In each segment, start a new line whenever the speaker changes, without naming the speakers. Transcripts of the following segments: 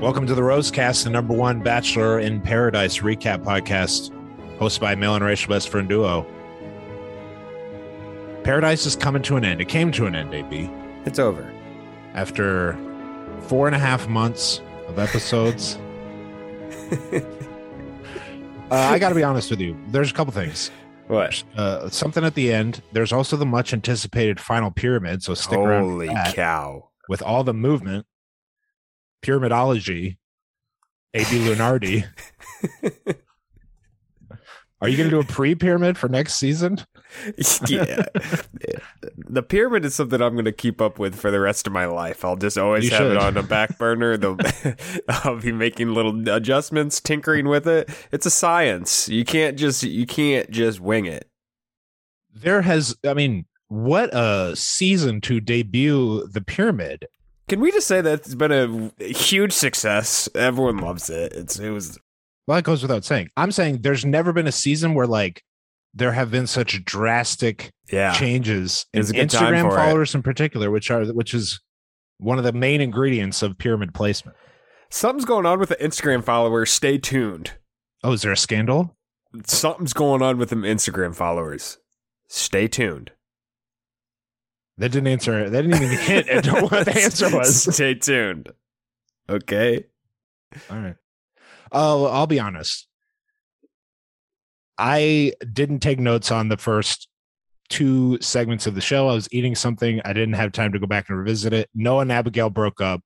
Welcome to the Rosecast, the number one Bachelor in Paradise recap podcast, hosted by male and racial best friend duo. Paradise is coming to an end. It came to an end, AB,
It's over.
after four and a half months of episodes. uh, I got to be honest with you. There's a couple things.
What?
Uh, something at the end. There's also the much anticipated final pyramid. So
Oh,
stick around. for
Holy
that.
cow.
with all the movement, pyramidology, AB Lunardi. Are you going to do a pre pyramid for next season?
yeah. The pyramid is something I'm going to keep up with for the rest of my life. I'll just always
You
have
should.
it on a back burner. The, I'll be making little adjustments, tinkering with it. It's a science. You can't just you can't just wing it.
There has, I mean, what a season to debut the pyramid.
Can we just say that it's been a huge success? Everyone loves it. It's it was
Well, that goes without saying. I'm saying there's never been a season where, like, there have been such drastic
yeah.
changes in
It's a good time
Instagram
for it.
followers in particular, which are, which is one of the main ingredients of pyramid placement.
Something's going on with the Instagram followers. Stay tuned.
Oh, is there a scandal?
Something's going on with them Instagram followers. Stay tuned.
That didn't answer. That didn't even hit at what the answer was.
Stay tuned. Okay.
All right. Oh, I'll be honest. I didn't take notes on the first two segments of the show. I was eating something. I didn't have time to go back and revisit it. Noah and Abigail broke up.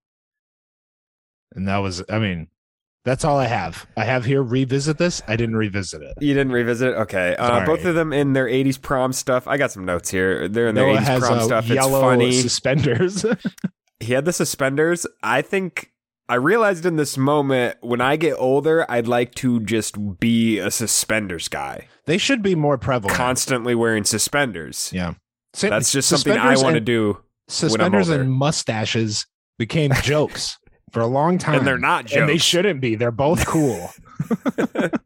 And that was, I mean, that's all I have. I have here revisit this. I didn't revisit it.
You didn't revisit? it? Okay. Uh,
Sorry.
both of them in their 80s prom stuff. I got some notes here. They're in their
Noah
80s
has
prom
uh,
stuff. It's
yellow
funny.
suspenders.
he had the suspenders. I think I realized in this moment when I get older, I'd like to just be a suspenders guy,
they should be more prevalent.
constantly wearing suspenders.
yeah.
That's just something I
Suspenders
want to
and-
do.
suspenders
older.
and mustaches became jokes for a long time.
And they're not jokes.
And they shouldn't be. They're both cool.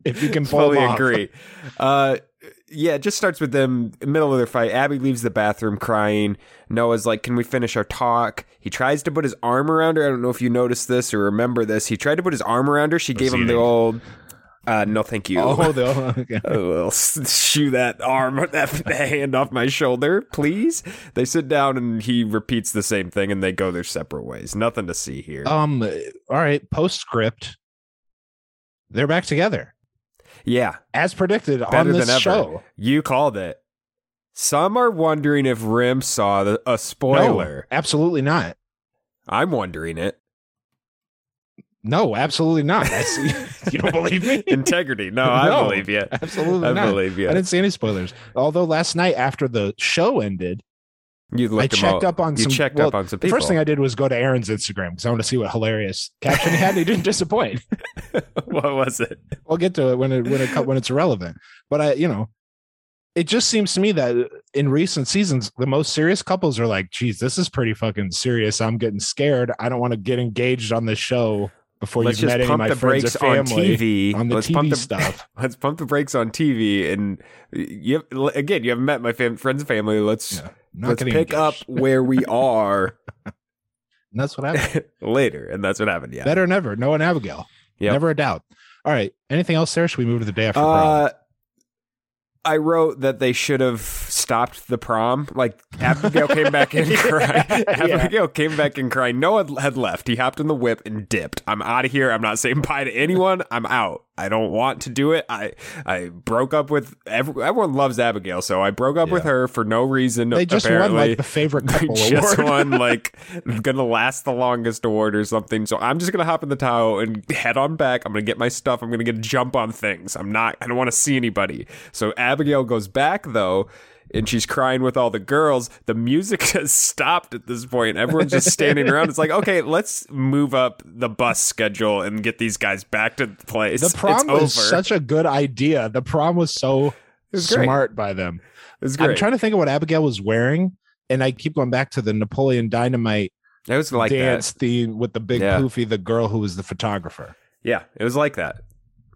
if you can pull
Fully
them off.
agree. Uh, yeah, it just starts with them middle of their fight. Abby leaves the bathroom crying. Noah's like, "Can we finish our talk?" He tries to put his arm around her. I don't know if you noticed this or remember this. He tried to put his arm around her. She gave him the
Proceeding.
old, uh, "No, thank you."
Oh, the, okay.
I'll s- shoo that arm, that hand off my shoulder, please. They sit down and he repeats the same thing, and they go their separate ways. Nothing to see here.
um. All right. Postscript. They're back together
yeah,
as predicted on
Better
this
than ever.
show.
you called it. Some are wondering if Rim saw the, a spoiler.
No, absolutely not.
I'm wondering it.
No, absolutely not. I see. you don't believe me?
Integrity. No, I
No,
believe you.
Absolutely
I
not.
believe you.
I didn't see any spoilers. Although last night after the show ended,
you looked
I
them
checked
all-
up on
you
some-
checked
well,
up on some
the
people.
first thing I did was go to Aaron's Instagram because I want to see what hilarious caption he had. And he didn't disappoint.
what was it?
we'll get to it when it when it co- when it's relevant. But I, you know, it just seems to me that in recent seasons, the most serious couples are like, "Geez, this is pretty fucking serious. I'm getting scared. I don't want to get engaged on this show before
Let's
you've
just
met any of
pump
my
the
friends or
brakes on
family
TV.
on the
Let's
TV
pump the
stuff."
Let's pump the brakes on TV. And you again, you haven't met my fam- friends and family. Let's
Yeah, I'm not
let's
getting
pick up
engaged.
where we are
And that's what happened.
later, and that's what happened. Yeah.
Better than ever. Noah and Abigail.
Yep.
Never a doubt. All right. Anything else, Sarah? Should we move to the day after prom?
Uh, I wrote that they should have stopped the prom. Like Abigail came back and cried.
Yeah.
Abigail came back and cried. Noah had left. He hopped in the whip and dipped. I'm out of here. I'm not saying bye to anyone. I'm out. I don't want to do it. I I broke up with every, everyone loves Abigail, so I broke up with
Yeah.
her for no reason.
They just
apparently.
won like the favorite
I
couple
just
award.
won like gonna last the longest award or something. So I'm just gonna hop in the towel and head on back. I'm gonna get my stuff. I'm gonna get a jump on things. I'm not. I don't want to see anybody. So Abigail goes back though. And she's crying with all the girls. The music has stopped at this point. Everyone's just standing around. It's like, okay, let's move up the bus schedule and get these guys back to the place.
The prom was
it's over.
such a good idea. The prom was so
was great.
smart by them.
it's
I'm
great.
trying to think of what Abigail was wearing, and I keep going back to the Napoleon Dynamite
it was like
dance theme with the big
Yeah.
poofy, the girl who was the photographer.
that. Yeah, it was like that.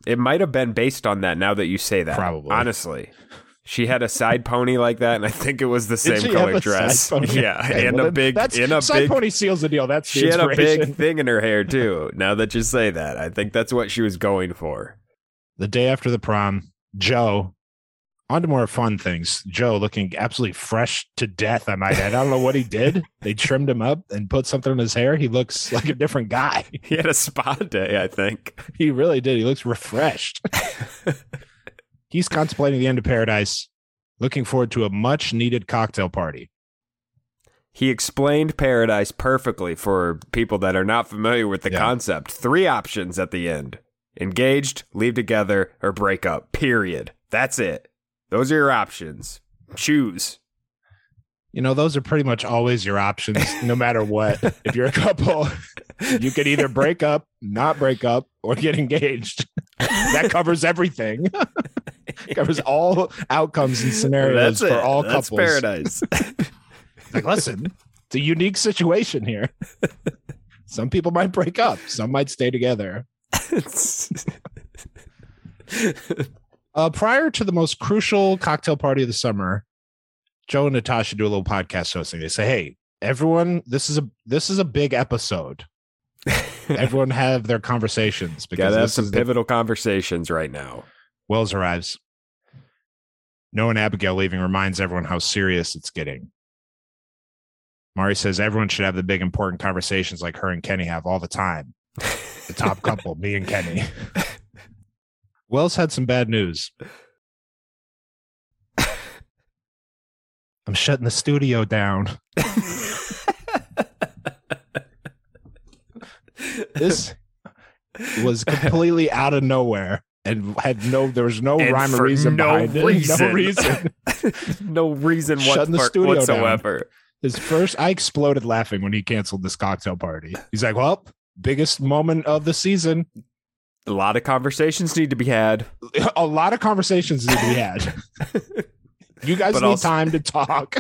It might have been based on that. Now that you say that,
Probably.
honestly. She had a side pony like that, and I think it was the
Did
same
she have
color
a
dress.
side pony?
Yeah,
Okay,
and
well,
a
then
big,
that's,
and a
side
big.
pony seals the deal. That's the
She had a big
inspiration.
thing in her hair too. Now that you say that, I think that's what she was going for.
The day after the prom, Joe. On to more fun things. Joe looking absolutely fresh to death, I might add. I don't know what he did. They trimmed him up and put something in his hair. He looks like a different guy.
He had a spa day, I think.
He really did. He looks refreshed. He's contemplating the end of paradise, looking forward to a much needed cocktail party.
He explained paradise perfectly for people that are not familiar with the
Yeah.
concept. Three options at the end: engaged, leave together, or break up. Period. That's it. Those are your options. Choose.
You know, those are pretty much always your options, no matter what. if you're a couple, you could either break up, not break up, or get engaged. that covers everything. covers all outcomes and scenarios
That's
for
it.
all
That's
couples.
paradise.
Like, listen, it's a unique situation here. Some people might break up, some might stay together. Uh, prior to the most crucial cocktail party of the summer, Joe and Natasha do a little podcast hosting. They say, "Hey, everyone, this is a this is a big episode. Everyone have their conversations because
Gotta have
this
some
is the,
pivotal conversations right now.
Wells arrives. Noah and Abigail leaving reminds everyone how serious it's getting. Mari says everyone should have the big important conversations like her and Kenny have all the time. The top couple, me and Kenny. Wells had some bad news. I'm shutting the studio down. this was completely out of nowhere and had no there was no
And
rhyme or
for
reason
no
behind it.
reason.
No reason.
no reason what,
Shutting the
for-
studio down.
whatsoever.
His first I exploded laughing when he canceled this cocktail party. He's like, Well, biggest moment of the season.
A lot of conversations need to be had.
A lot of conversations need to be had. You guys
But
need
also-
time to talk.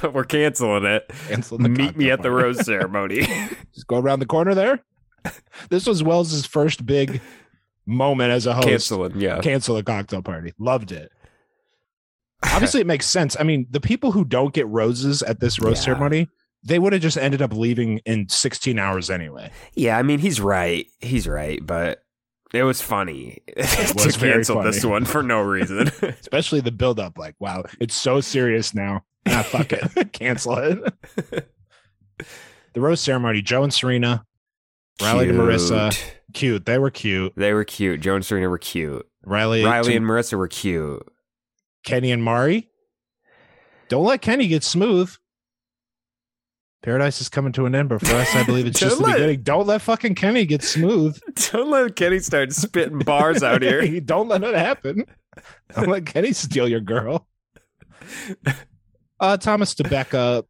But we're canceling it.
Cancel the
Meet me
cocktail
at the
party.
rose ceremony.
Just go around the corner there. This was Wells's first big moment as a host.
canceling, yeah.
cancel the cocktail party. Loved it. Obviously, it makes sense. I mean, the people who don't get roses at this rose
Yeah.
ceremony, they would have just ended up leaving in 16 hours anyway.
Yeah, I mean he's right. He's right, but it was funny
was
to
very
cancel this
funny.
one for no reason.
Especially the buildup. Like, wow, it's so serious now. Ah, fuck it. Cancel it. the rose ceremony, Joe and Serena, Riley to Marissa.
Cute.
cute. They were cute.
They were cute. Joe and Serena were cute.
Riley,
Riley
to
and Marissa were cute.
Kenny and Mari. Don't let Kenny get smooth. Paradise is coming to an end, but for us, I believe it's just
Don't
the
let-
beginning. Don't let fucking Kenny get smooth.
Don't let Kenny start spitting bars out here.
Don't let it happen. Don't let Kenny steal your girl. Uh, Thomas to Becca.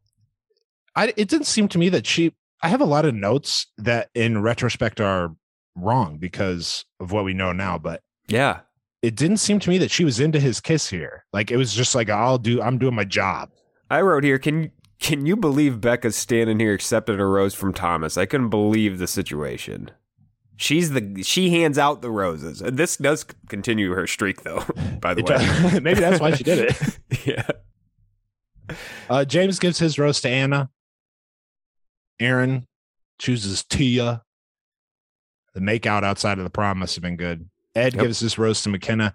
I it didn't seem to me that she. I have a lot of notes that, in retrospect, are wrong because of what we know now. But
Yeah.
it didn't seem to me that she was into his kiss here. Like it was just like I'll do. I'm doing my job.
I wrote here, can can you believe Becca's standing here accepted a rose from Thomas? I couldn't believe the situation. She's the she hands out the roses. And This does continue her streak though, by the
It
way.
does- Maybe that's why she did it.
yeah.
Uh, James gives his rose to Anna. Aaron chooses Tia. The makeout outside of the prom must have been good. Ed
Yep.
gives this rose to McKenna.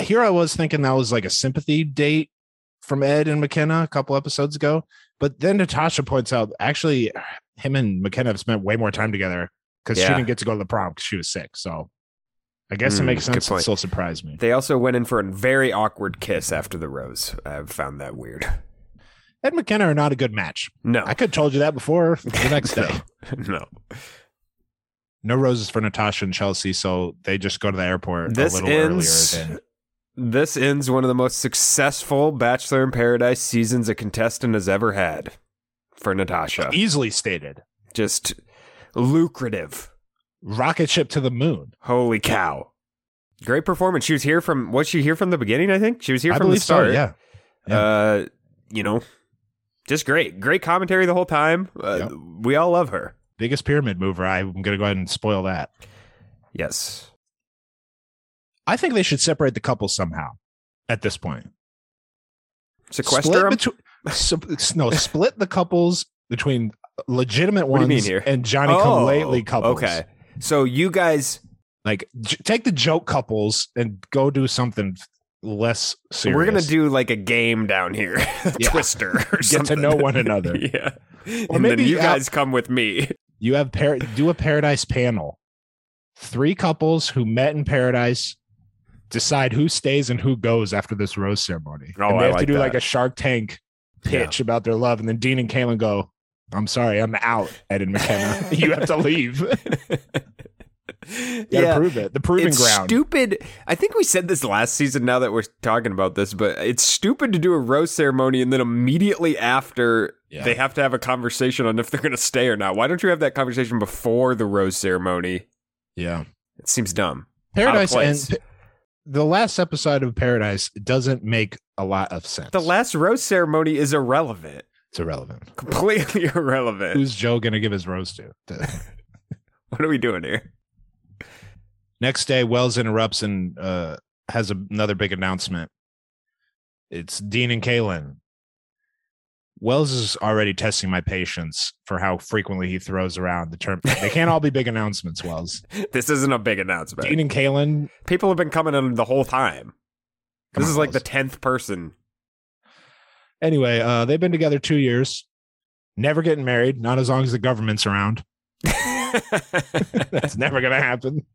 Here I was thinking that was like a sympathy date from Ed and McKenna a couple episodes ago. But then Natasha points out actually him and McKenna have spent way more time together because she
Yeah.
didn't get to go to the prom because she was sick. So I guess it
Mm,
makes
good
sense. It
point.
still surprised me.
They also went in for a very awkward kiss after the rose. I found that weird.
Ed and McKenna are not a good match.
No,
I could have told you that before the next day.
no.
no roses for Natasha and Chelsea, so they just go to the airport
This
a little
ends.
earlier than
This ends one of the most successful Bachelor in Paradise seasons a contestant has ever had for Natasha.
easily stated.
Just lucrative.
Rocket ship to the moon.
Holy cow. Great performance. She was here from was she here from the beginning, I think? She was here
I
from the
believe so.
start.
Yeah, yeah.
Uh you know. Just great. Great commentary the whole time. Uh,
Yep.
we all love her.
biggest pyramid mover. I'm gonna go ahead and spoil that.
Yes.
I think they should separate the couple somehow. At this point,
Sequester 'em?
between so, no split the couples between legitimate
What
ones
do you mean here?
and Johnny Come Lately couples.
Oh, Okay. So you guys
like j- take the joke couples and go do something less serious.
we're going to do like a game down here. Twister. Or
get to know one another.
yeah.
Or
and
maybe
then you
out-
guys come with me.
You have par- do a paradise panel. Three couples who met in paradise decide who stays and who goes after this rose ceremony.
Oh,
and they
I
have to
like
do
that.
like a Shark Tank pitch about their love, and then Dean and Kalen go, "I'm sorry, I'm out." Ed and McKenna, you have to leave. You gotta prove it. The proving
it's
ground.
stupid. I think we said this last season. Now that we're talking about this, but it's stupid to do a rose ceremony and then immediately after
Yeah.
they have to have a conversation on if they're going to stay or not. Why don't you have that conversation before the rose ceremony?
yeah,
It seems dumb.
paradise
place.
and the last episode of Paradise doesn't make a lot of sense.
The last rose ceremony is irrelevant,
it's irrelevant.
completely irrelevant.
Who's Joe gonna give his rose to?
what are we doing here?
Next day, Wells interrupts and uh, has a- another big announcement. It's Dean and Kalen. Wells is already testing my patience for how frequently he throws around the term. They can't all be big announcements, Wells.
This isn't a big announcement.
Dean and Kalen.
People have been coming in the whole time.
Come
this
on,
is like
Wells.
the tenth person.
Anyway, uh, they've been together two years, never getting married, not as long as the government's around. That's never going to happen.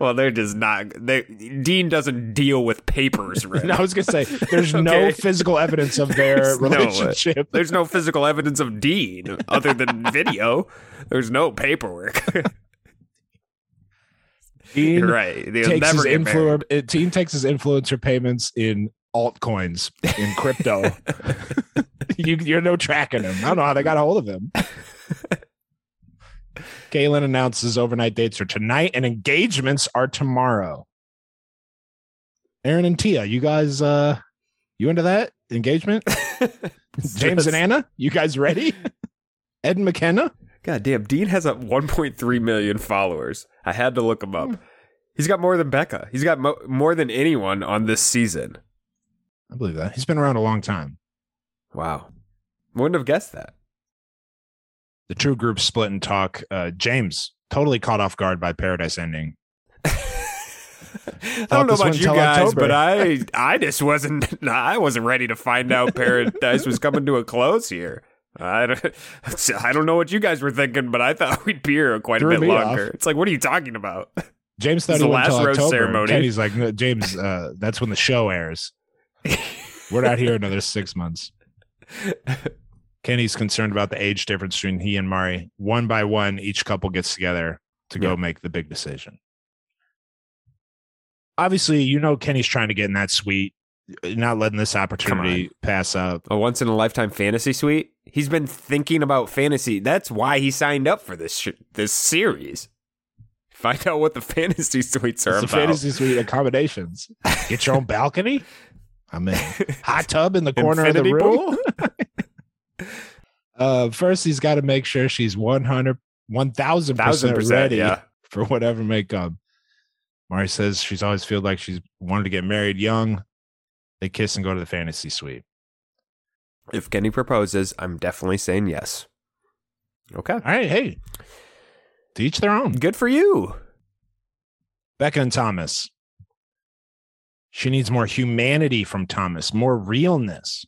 Well, they're just not. They Dean doesn't deal with papers. Rick.
No, I was going to say, there's no
Okay.
physical evidence of their
There's no-
relationship.
There's no physical evidence of Dean other than video. There's no paperwork.
Dean
You're right. They'll
takes
never
his
get married.
influ- uh, team takes his influencer payments in altcoins in crypto. you, you're no tracking him. I don't know how they got a hold of him. Galen announces overnight dates are tonight and engagements are tomorrow. Aaron and Tia, you guys, uh, you into that engagement? James and Anna, you guys ready? Ed and McKenna,
God damn, Dean has a 1.3 million followers. I had to look him up. He's got more than Becca. He's got mo- more than anyone on this season.
I believe that he's been around a long time.
Wow, wouldn't have guessed that.
the true group split and talk. Uh, James totally caught off guard by Paradise ending.
I don't know
this
about
went
you
till
guys,
October.
but I I just wasn't I wasn't ready to find out paradise was coming to a close here. I don't, I don't know what you guys were thinking, but I thought we'd be here quite
Threw
a bit
me off.
longer. It's like, what are you talking about?
James
This
thought
is
he
the
went
last
till
rose
October.
ceremony.
And he's like, no, James, uh, that's when the show airs. We're not here another six months. Kenny's concerned about the age difference between he and Mari. One by one, each couple gets together to go
Yeah.
make the big decision. Obviously, you know Kenny's trying to get in that suite, not letting this opportunity pass up.
A once in a lifetime fantasy suite. He's been thinking about fantasy. That's why he signed up for this sh- this series. Find out what the fantasy suites are
It's a
about.
fantasy suite accommodations. Get your own balcony. I mean, hot tub in the corner
Infinity
of the room.
pool?
Uh, first, he's got to make sure she's 100, 1000
Thousand
percent
percent.
ready
Yeah.
for whatever may come. Mari says she's always feel like she's wanted to get married young. They kiss and go to the fantasy suite.
If Kenny proposes, I'm definitely saying yes. Okay.
All right, hey, to each their own.
Good for you.
Becca and Thomas. She needs more humanity from Thomas, more realness.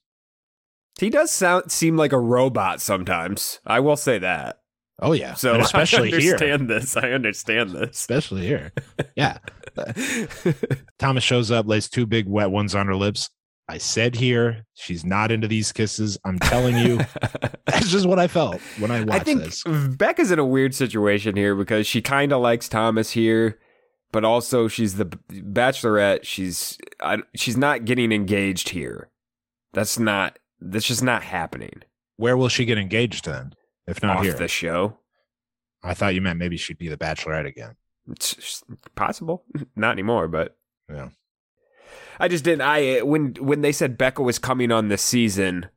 He does sound seem like a robot sometimes. I will say that.
Oh yeah,
So
And especially
I
here,
understand this. I understand this.
especially here. Yeah, Thomas shows up, lays two big wet ones on her lips. I said here, she's not into these kisses. I'm telling you, that's just what I felt when I
I
watched
think
this.
Becca's in a weird situation here because she kind of likes Thomas here, but also she's the b- bachelorette. She's I, she's not getting engaged here. That's not. That's just not happening
Where will she get engaged then? If not
off
here,
the show.
I thought you meant maybe she'd be the Bachelorette again.
It's just possible, not anymore, but
Yeah.
I just didn't. I when when they said Becca was coming on this season,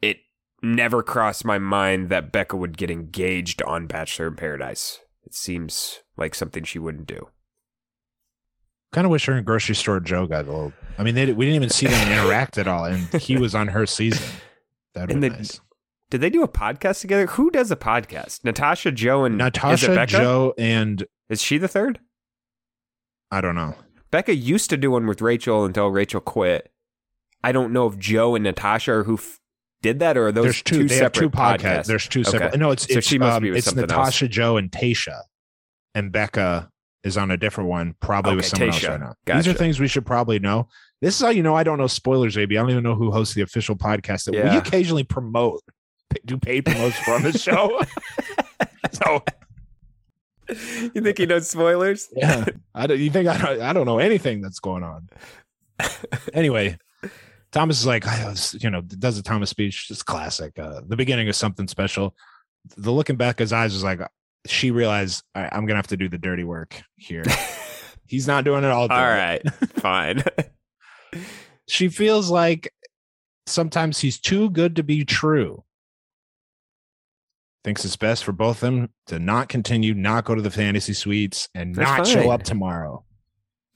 it never crossed my mind that Becca would get engaged on Bachelor in Paradise. It seems like something she wouldn't do.
Kind of wish her and grocery store Joe got a little. I mean, they, we didn't even see them interact at all, and he was on her season. That would
And
be
they-
nice.
Did they do a podcast together? Who does a podcast? Natasha, Joe, and is it
Natasha,
Becca?
Joe, and
Is she the third?
I don't know.
Becca used to do one with Rachel until Rachel quit. I don't know if Joe and Natasha are who f- did that, or are those
There's two. they have
separate
two podcasts.
podcasts.
There's two
Okay.
separate. No, it's
So
it's,
she must
um,
be with
it's
something else.
Natasha, Joe, and Tasha, and Becca is on a different one, probably with someone
Okay, Tasha.
else right now. These are
Gotcha.
things we should probably know. This is how you know I don't know spoilers, baby. I don't even know who hosts the official podcast that we
Yeah.
occasionally promote, do paid promotes for on the show. so
you think he knows spoilers?
yeah, I don't, you think I don't, I don't know anything that's going on. anyway, Thomas is like, I was, you know, does the Thomas speech? It's classic. Uh, the beginning is something special. The look in Becca's eyes was like she realized "All right, I'm gonna have to do the dirty work here. He's not doing it all.
All right, fine.
She feels like sometimes he's too good to be true. Thinks it's best for both of them to not continue, not go to the fantasy suites, and
That's
not
fine.
show up tomorrow.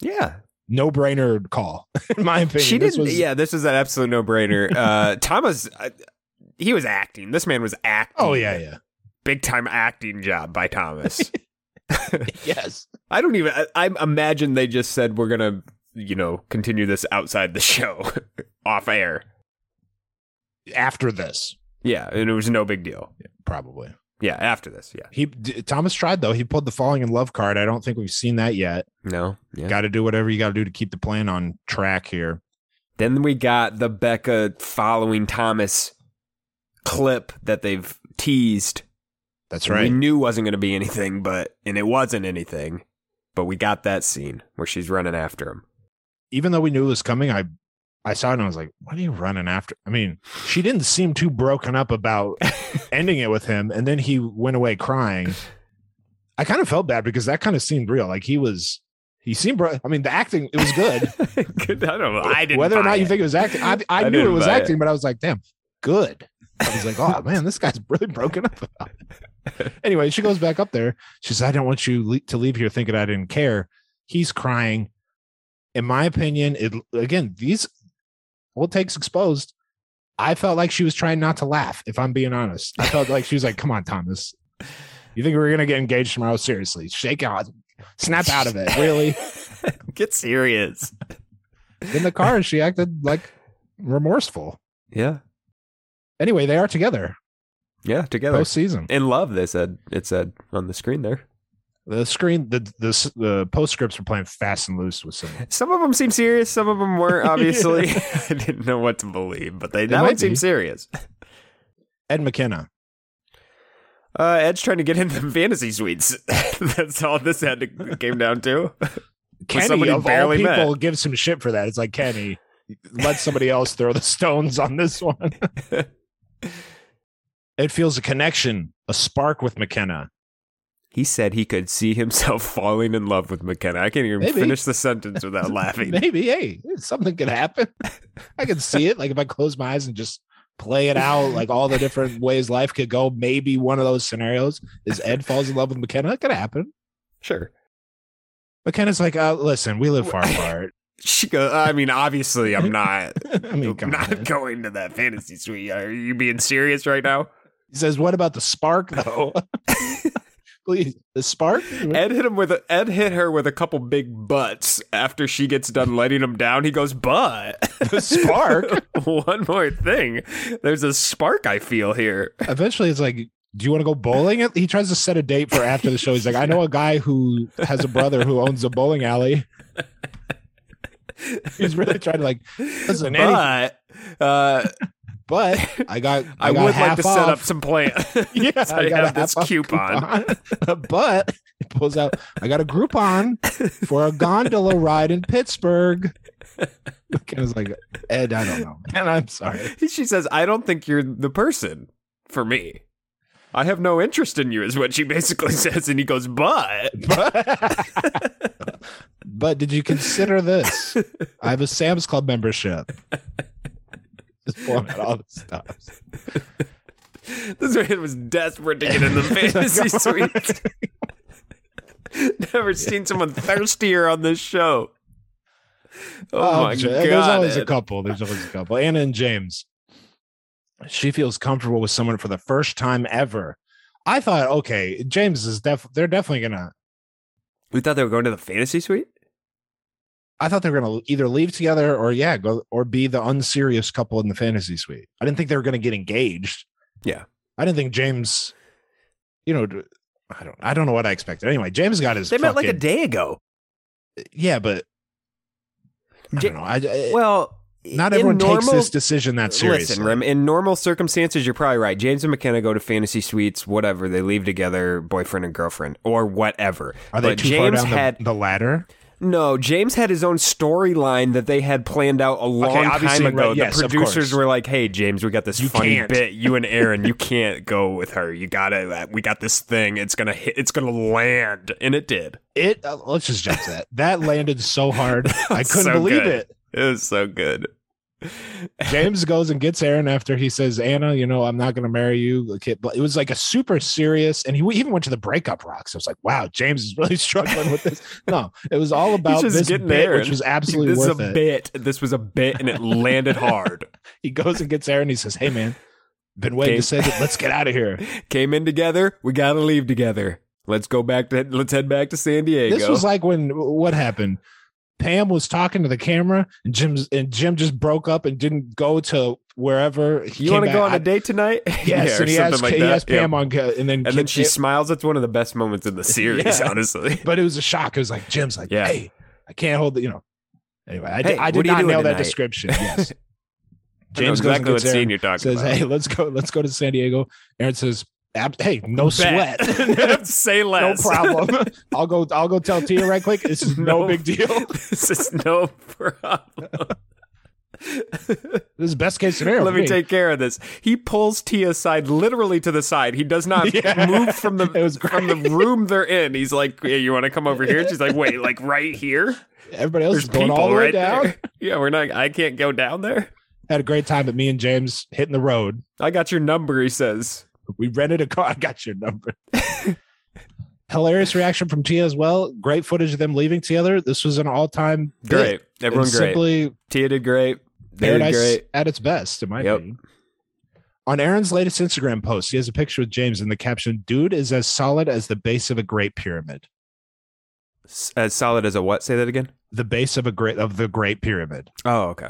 yeah,
no brainer call, in my opinion.
she
This
didn't.
was-
yeah, this was an absolute no brainer. Uh, Thomas, uh, he was acting. This man was acting.
Oh yeah, yeah.
big time acting job by Thomas.
Yes.
I don't even. I, I imagine they just said we're gonna, you know, continue this outside the show, off air.
After this,
Yeah, and it was no big deal.
probably.
Yeah, after this. Yeah.
He d- Thomas tried though. He pulled the falling in love card. I don't think we've seen that yet.
No. Yeah.
Got to do whatever you got to do to keep the plan on track here.
Then we got the Becca following Thomas clip that they've teased.
That's
We
right.
knew wasn't going to be anything, but and it wasn't anything. But we got that scene where she's running after him.
Even though we knew it was coming, I I saw it and I was like, "What are you running after?" I mean, she didn't seem too broken up about ending it with him, and then he went away crying. I kind of felt bad because that kind of seemed real. Like he was, he seemed. Bro- I mean, the acting it was good.
Good, I don't know. I didn't.
whether or
buy
not you
it.
think it was acting. I, I,
I
knew it
didn't
was
buy it.
acting, but I was like, damn, good. I was like, oh man, this guy's really broken up. About it. Anyway, she goes back up there. She says, I don't want you le- to leave here thinking I didn't care. He's crying. In my opinion, it again, these old takes exposed. I felt like she was trying not to laugh, if I'm being honest. I felt like she was like, come on, Thomas. You think we're going to get engaged tomorrow? Seriously, shake out, snap out of it. Really?
Get serious.
In the car, she acted like remorseful.
Yeah.
anyway, they are together
Yeah. Together.
post season.
In love, they said. It said on the screen there.
The screen, the the the postscripts were playing fast and loose with some.
Some of them seemed serious. Some of them weren't. Obviously, I didn't know what to believe, but they
It
that
might
one
be.
seemed serious.
Ed McKenna.
Uh, Ed's trying to get in the fantasy suites. That's all this had to, came down to.
Kenny
somebody
of all
barely met.
people gives some shit for that. It's like Kenny, let somebody else throw the stones on this one. it feels a connection, a spark with McKenna.
He said he could see himself falling in love with McKenna. I can't even
Maybe.
finish the sentence without laughing.
Maybe, hey, something could happen. I can see it. Like if I close my eyes and just play it out, like all the different ways life could go. Maybe one of those scenarios is Ed falls in love with McKenna. It could happen.
Sure.
McKenna's like, uh, listen, we live far apart.
She goes, I mean, obviously, I'm not.
I mean, come
not
on.
going to that fantasy suite. Are you being serious right now?
He says, "What about the spark, though? Please, the spark."
Ed hit him with a, Ed hit her with a couple big butts after she gets done letting him down. He goes, but
The spark?
One more thing. There's a spark I feel here.
Eventually, it's like, "Do you want to go bowling?" He tries to set a date for after the show. He's like, "I know a guy who has a brother who owns a bowling alley." He's really trying to like, listen, any,
but uh,
but I got
I,
I, got
would like
half
to set up
off.
some plan.
Yeah,
So I
got a
have this
half off
coupon.
coupon. but it pulls out. I got a Groupon for a gondola ride in Pittsburgh. Look, I was like, Ed, I don't know, man. I'm sorry.
She says, I don't think you're the person for me. I have no interest in you, is what she basically says. And he goes, but.
But, but did you consider this? I have a Sam's Club membership. Just pulling out all the stuff.
This man was desperate to get in the fantasy suite. Never seen someone thirstier on this show. Oh, my
Ja-
god!
There's always a
Ed.
couple. There's always a couple. Anna and James. She feels comfortable with someone for the first time ever. I thought, okay, James is def. They're definitely gonna.
We thought they were going to the fantasy suite.
I thought they were gonna either leave together or yeah, go or be the unserious couple in the fantasy suite. I didn't think they were gonna get engaged.
Yeah.
I didn't think James. You know, d- I don't. I don't know what I expected. Anyway, James got his.
They met like a
fucking-
day ago.
Yeah, but I
Ja-
don't know. I, I-
Well,
not
in
everyone takes
normal-
this decision that seriously.
Listen, Rem, in normal circumstances, you're probably right. James and McKenna go to fantasy suites, whatever. They leave together, boyfriend and girlfriend, or whatever.
Are they
But
too
James
far down
had
the, the ladder?
No, James had his own storyline that they had planned out a long time
obviously,
ago.
right, yes,
the
of
producers
course.
were like, "Hey, James, we got this
You
funny
can't."
bit. You and Aaron, you can't go with her. You gotta. uh, We got this thing. It's gonna hit. It's gonna land." And it did.
It uh, let's just jump to that. That landed so hard, I couldn't
So
believe
good.
it.
It was so good.
James goes and gets Aaron after he says, "Anna, you know, I'm not going to marry you." Like, It but it was like a super serious, and he even went to the breakup rocks. I was like, "Wow, James is really struggling with this." No, it was all about
just
this
getting
bit,
Aaron.
which was absolutely
this is
worth
a
it.
bit. This was a bit, and it landed hard.
He goes and gets Aaron. He says, "Hey, man, been waiting to say
James-
that. Let's get out of here."
Came in together. We gotta leave together. Let's go back to. Let's head back to San Diego.
This was like when what happened? Pam was talking to the camera, and Jim's and Jim just broke up and didn't go to wherever. He
you
want
want to go on a date tonight?
Yes,
yeah, or
and he
something
has,
like
he
that.
has
Yeah.
Pam on, ca- and then
And then
Kim-
she smiles. That's one of the best moments in the series,
Yeah.
honestly.
but it was a shock. It was like Jim's like,
Yeah.
hey, I can't hold the, you know. Anyway, I,
Hey,
did, I
what
did
are you
not
doing
know that
tonight?
description. Yes,
James
goes and
exactly what
gets Aaron,
scene you're talking
says,
about.
hey, let's go, let's go to San Diego. Aaron says, "Ab- hey, no sweat,
Bet. Say
no
less.
problem. I'll go, I'll go tell Tia right quick. This is no,
No.
big deal.
this is no problem.
This is best case scenario.
Let
for
me take care of this. He pulls Tia aside, literally to the side. He does not
Yeah.
move from the
It was
from the room they're in. He's like, "Yeah, you want to come over here?" And she's like, "Wait, like right here?
everybody else
There's
is going
people
all the way
right
down.
there. Yeah, we're not. I can't go down there.
Had a great time at me and James hitting the road.
I got your number." He says.
We rented a car. I got your number. Hilarious reaction from Tia as well. Great footage of them leaving together. This was an all-time bit.
Great.
And
Everyone great.
Simply
Tia did great. They did
paradise
great.
at its best, in my
Yep.
opinion. On Aaron's latest Instagram post, he has a picture with James and the caption, "Dude is as solid as the base of a great pyramid."
S- As solid as a what? Say that again.
The base of a great of the great pyramid.
Oh, okay.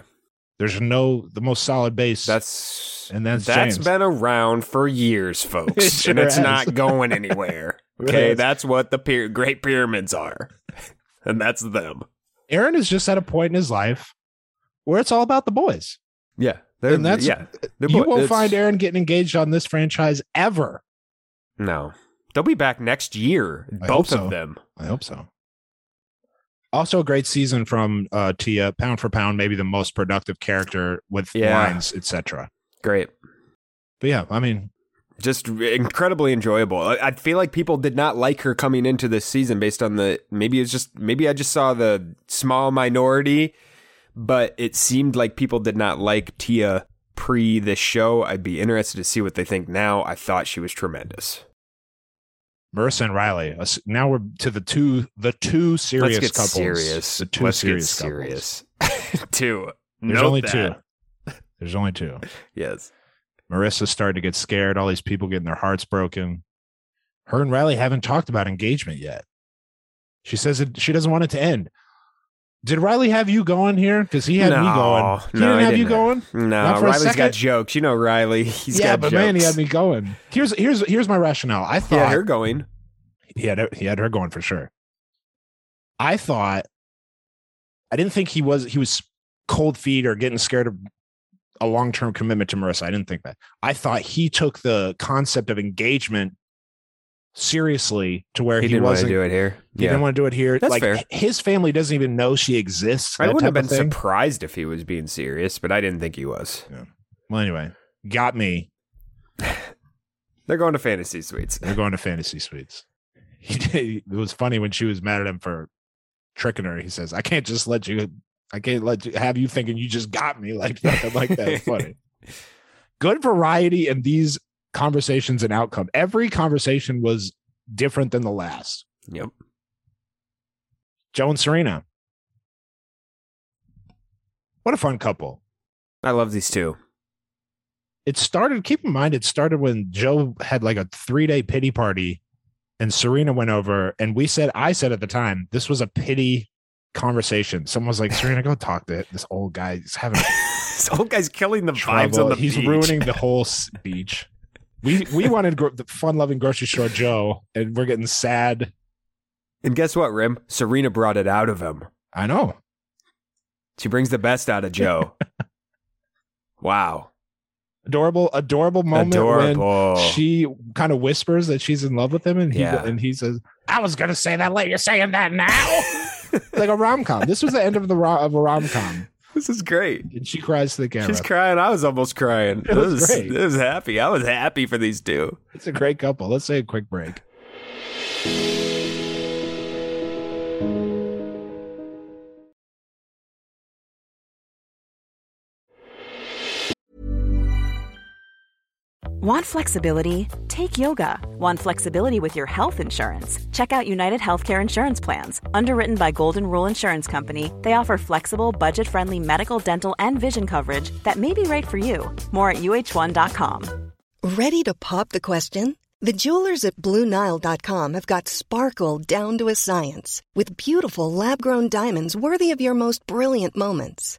There's no the most solid base.
That's
And that's
that's
James.
been around for years, folks,
It
and
sure
it's
has.
not going anywhere.
It
Okay,
has.
that's what the pyra- Great Pyramids are, and that's them.
Aaron is just at a point in his life where it's all about the boys.
Yeah, they're,
And that's-
yeah. they're
you
bo-
won't
it's-
find Aaron getting engaged on this franchise ever.
No, they'll be back next year,
I
both
hope
of
so.
them.
I hope so. Also, a great season from uh, Tia, pound for pound, maybe the most productive character with
Yeah.
lines, etc.
Great,
But yeah, I mean,
just incredibly enjoyable. I, I feel like people did not like her coming into this season based on the maybe it's just maybe I just saw the small minority, but it seemed like people did not like Tia pre the show. I'd be interested to see what they think now. I thought she was tremendous.
Marissa and Riley. Us- Now we're to the two the two serious
Let's get
couples.
serious.
The 2
Let's
serious
get
couples.
serious. two.
There's
Note
only
that.
two. There's only two.
Yes.
Marissa's starting to get scared. All these people getting their hearts broken. Her and Riley haven't talked about engagement yet. She says it, she doesn't want it to end. Did Riley have you going here? Because he had me going. He
no,
didn't
I
have you
didn't.
going.
No,
Not for a
Riley's got
second.
jokes. You know Riley. He's
yeah,
got
but
jokes.
man, he had me going. Here's here's here's my rationale. I
He
thought
had her going.
he had he had her going for sure. I thought I didn't think he was he was cold feet or getting scared of a long term commitment to Marissa. I didn't think that. I thought he took the concept of engagement seriously to where
He,
he,
didn't want to
wasn't.
do it here.
He didn't want to do it here.
That's
like
fair.
his family doesn't even know she exists.
I
that
wouldn't have
type
been
of thing.
surprised if he was being serious, but I didn't think he was.
Well, anyway, got me.
They're going to fantasy suites.
They're going to fantasy suites. He did, it was funny when she was mad at him for tricking her. He says, "I can't just let you. I can't let you have you thinking you just got me like nothing like that." It's funny. Good variety in these conversations and outcome. Every conversation was different than the last.
Yep.
Joe and Serena. What a fun couple.
I love these two.
it started keep in mind it started when joe had like a three day pity party and serena went over and we said i said at the time this was a pity conversation someone was like serena go talk to this old guy he's having
this old guy's killing the vibes on
trouble
the
he's
beach.
ruining the whole s- beach we we wanted gro- the fun-loving grocery store joe and we're getting sad
And guess what, Rim? Serena brought it out of him.
i know
She brings the best out of Joe. wow.
adorable adorable moment when
Adorable.
she kind of whispers that she's in love with him and he
Oh. Yeah.
and he says i was gonna say that later you're saying that now like a rom com. This was the end of the ro- of a rom com,
this is great.
and she cries to the camera.
She's crying. I was almost crying. It
was
was,
great.
it was happy. I was happy for these two.
it's a great couple. Let's take a quick break.
Want flexibility? Take yoga. Want flexibility with your health insurance? Check out United Healthcare Insurance Plans. Underwritten by Golden Rule Insurance Company, they offer flexible, budget friendly medical, dental, and vision coverage that may be right for you. More at uh1.com.
Ready to pop the question? The jewelers at BlueNile.com have got sparkle down to a science with beautiful lab grown diamonds worthy of your most brilliant moments.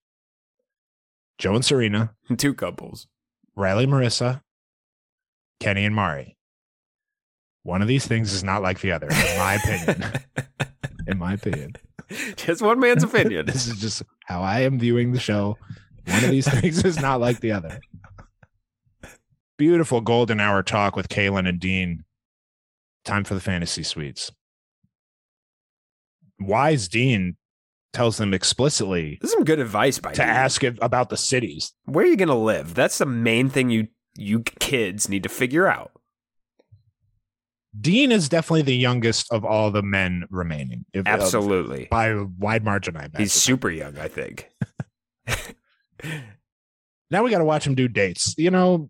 Joe and Serena,
Two couples.
Riley, and Marissa, Kenny, and Mari. One of these things is not like the other, in my opinion. in my opinion,
Just one man's opinion.
this is just how I am viewing the show. One of these things is not like the other. Beautiful golden hour talk with Kaylin and Dean. Time for the fantasy suites. Wise Dean tells them explicitly
This is some good advice by
to
you.
ask if, about the cities.
Where are you going to live? That's the main thing you you kids need to figure out.
Dean is definitely the youngest of all the men remaining. If- uh,
Absolutely.
by a wide margin, I bet.
He's super young, I think.
now we got to watch him do dates. You know,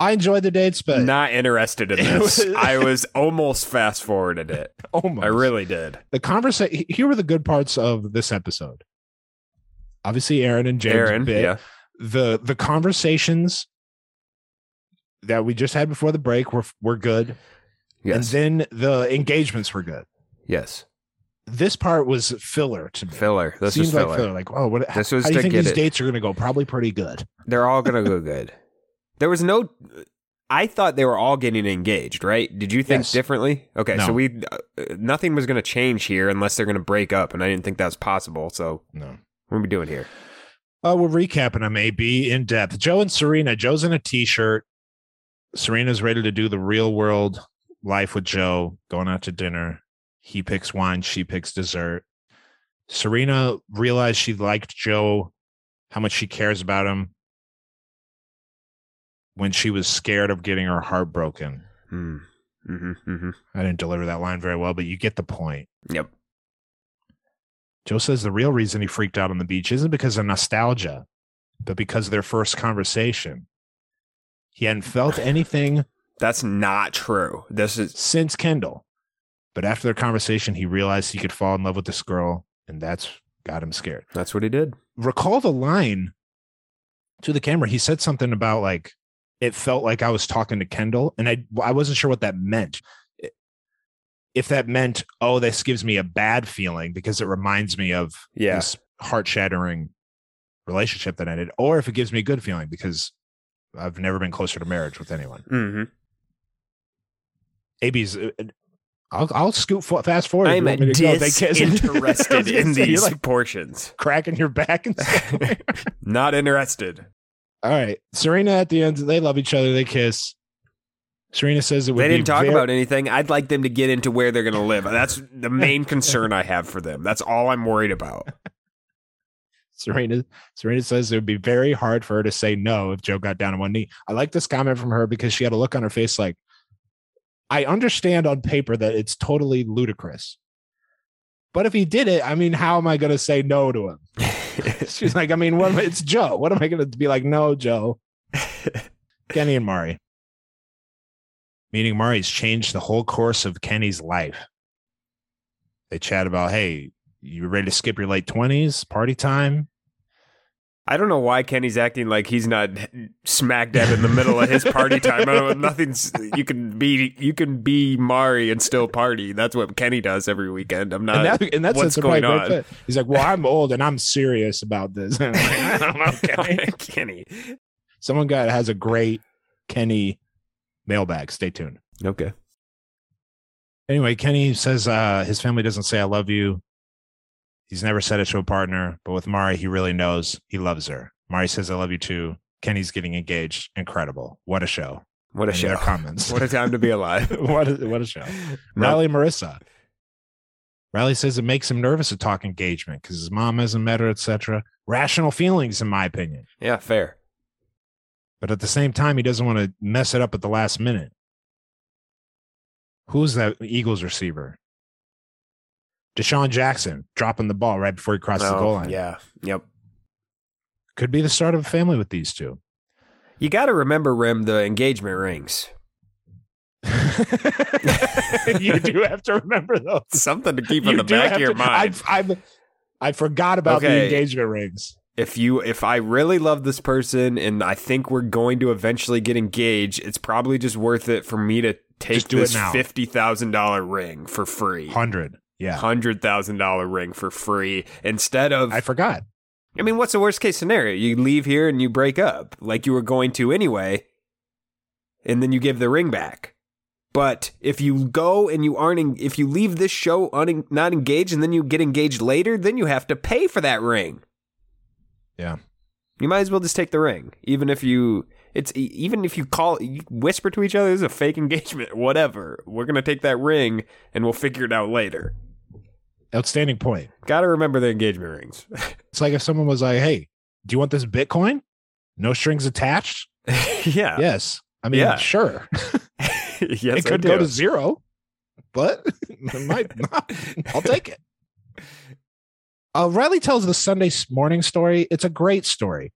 I enjoy the dates, but
Not interested in
It
this.
was-
I was almost fast forwarded it.
almost.
I really did.
the conversation here were the good parts of this episode obviously aaron and james
Aaron,
bit.
yeah.
the the conversations that we just had before the break were were good
Yes.
and then the engagements were good
yes.
this part was filler to me
Filler. This
Seemed
is filler.
like filler like oh what
This
how,
was
how do
to
you think
get
these
it.
dates are going to go probably pretty good
They're all going to go good. There was no I thought they were all getting engaged, right? Did you think
Yes.
differently? Okay,
No.
so we uh, nothing was going to change here unless they're going to break up and I didn't think that was possible. So,
no
what are we doing here?
Uh, we're recapping them AB in depth. Joe and Serena. Joe's in a t shirt. Serena's ready to do the real world life with Joe, going out to dinner. He picks wine, she picks dessert. Serena realized she liked Joe, how much she cares about him when she was scared of getting her heart broken.
Mm. hmm hmm
I didn't deliver that line very well, but you get the point.
Yep.
Joe says the real reason he freaked out on the beach isn't because of nostalgia, but because of their first conversation. He hadn't felt anything
That's not true. This is
since Kendall. But after their conversation, he realized he could fall in love with this girl, and that's got him scared.
that's what he did.
Recall the line to the camera. He said something about like it felt like I was talking to Kendall, and I I wasn't sure what that meant. If that meant, oh, this gives me a bad feeling because it reminds me of
Yeah.
this heart shattering relationship that ended, or if it gives me a good feeling because I've never been closer to marriage with anyone.
Mm-hmm.
AB's. uh, I'll I'll scoot fo- fast forward. if you
I'm
want me to go. They can't- I was
disinterested
gonna
in
say,
these
You're like
portions.
cracking your back and stuff.
Not interested.
All right, Serena. At the end, they love each other. They kiss. Serena says it would.
They didn't
be
talk
ver-
about anything. I'd like them to get into where they're going to live. That's the main concern I have for them. That's all I'm worried about.
Serena. Serena says it would be very hard for her to say no if Joe got down on one knee. I like this comment from her because she had a look on her face like, I understand on paper that it's totally ludicrous, but if he did it, I mean, how am I going to say no to him? She's like, I mean, what am I, it's Joe. What am I going to be like? No, Joe. Kenny and Mari. Meeting Mari's changed the whole course of Kenny's life. They chat about, hey, you ready to skip your late twenties? Party time?
I don't know why Kenny's acting like he's not smack dab in the middle of his party time. I don't, nothing's you can be you can be Mari and still party. That's what Kenny does every weekend. I'm not.
and, that, and that's
what's
a probably
going
great
on?
fit. He's like, well, I'm old and I'm serious about this. I'm like, I don't know, Kenny.
Kenny.
Someone got has a great Kenny mailbag. Stay tuned.
Okay.
Anyway, Kenny says uh, his family doesn't say I love you. He's never said it to a partner, but with Mari, he really knows he loves her. Mari says I love you too. Kenny's getting engaged. Incredible. What a show.
What a
And their
show.
Comments.
What a time to be alive.
what a, what a show. Riley Marissa. Riley says it makes him nervous to talk engagement because his mom hasn't met her, etc. Rational feelings, in my opinion.
Yeah, fair.
But at the same time, he doesn't want to mess it up at the last minute. Who's that Eagles receiver? Deshaun Jackson dropping the ball right before he crosses the
No,
goal line.
Oh, Yeah. Yep.
Could be the start of a family with these two.
You got to remember, Rim, the engagement rings.
you do have to remember those.
Something to keep in
You
the
do
back
have
of your
to-
mind.
I've, I've, I forgot about the
Okay.
engagement rings.
if you if I really love this person and I think we're going to eventually get engaged, it's probably just worth it for me to take
Just do it
this
now.
fifty thousand dollar ring for free.
Hundred. Yeah.
Hundred thousand dollar ring for free instead of
I forgot.
I mean, what's the worst case scenario? You leave here and you break up like you were going to anyway, and then you give the ring back. But if you go and you aren't, en- if you leave this show un- not engaged and then you get engaged later, then you have to pay for that ring.
Yeah.
You might as well just take the ring, even if you. It's e- even if you call, you whisper to each other, "This is a fake engagement." Whatever. We're gonna take that ring and we'll figure it out later.
Outstanding point.
Got to remember the engagement rings.
It's like if someone was like, "Hey, do you want this Bitcoin? No strings attached."
yeah.
yes. I mean,
Yeah.
sure.
yes,
it
I
could go
do.
to zero, but it might not. I'll take it. Uh, Riley tells the Sunday s- morning story. It's a great story.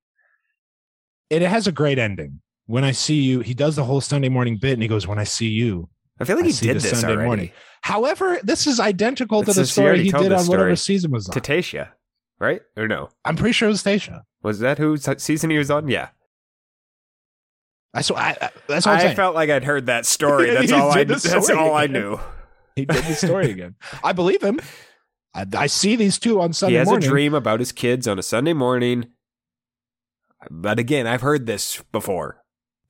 And it has a great ending. When I see you, he does the whole Sunday morning bit and he goes, When I see you.
I feel like
I
he
see
did
the
this
Sunday
already.
morning. However, this is identical to
It's
the
just- he already
story he
told
did
this
on whatever
story.
season was on.
to Tasha, right? Or no?
I'm pretty sure it was Tasha.
Was that who s- season he was on? Yeah.
I so I, I that's what I'm
I
saying.
felt like I'd heard that story.
Yeah,
That's
you
all I
did the
that's
story
all I
again.
knew.
he did the story again. I believe him. I, I see these two on Sunday
he has
morning.
a dream about his kids on a Sunday morning. But again, I've heard this before.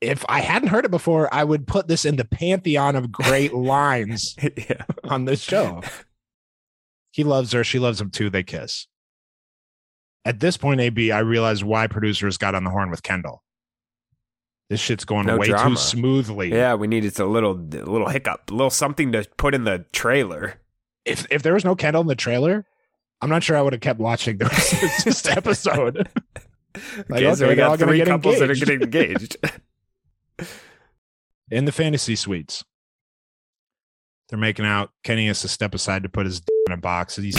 If I hadn't heard it before, I would put this in the pantheon of great lines
yeah.
on this show. He loves her. She loves him too. They kiss. At this point, AB, I realize why producers got on the horn with Kendall. This shit's going
No
way
drama.
too smoothly.
Yeah, we needed a little a little hiccup, a little something to put in the trailer.
if if there was no Kendall in the trailer, I'm not sure I would have kept watching the rest of this episode. Like,
okay, so
okay,
we
they're all
got
gonna
three
get
couples
engaged.
that are getting engaged.
in the fantasy suites. They're making out. Kenny has to step aside to put his d- in a box. He's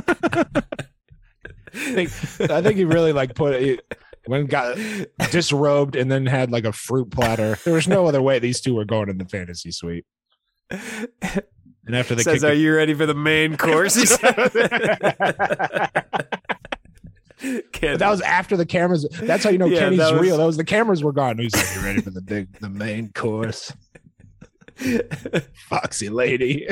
40. I think he really like put it when got disrobed and then had like a fruit platter. There was no other way these two were going in the fantasy suite. And after they
says,
kicked
"Are you ready for the main course?" He
the-
Ken,
that was after the cameras. That's how you know
Yeah,
Kenny's
that was-
real. That was the cameras were gone. He's like, "You ready for the big, the main course?" Foxy lady.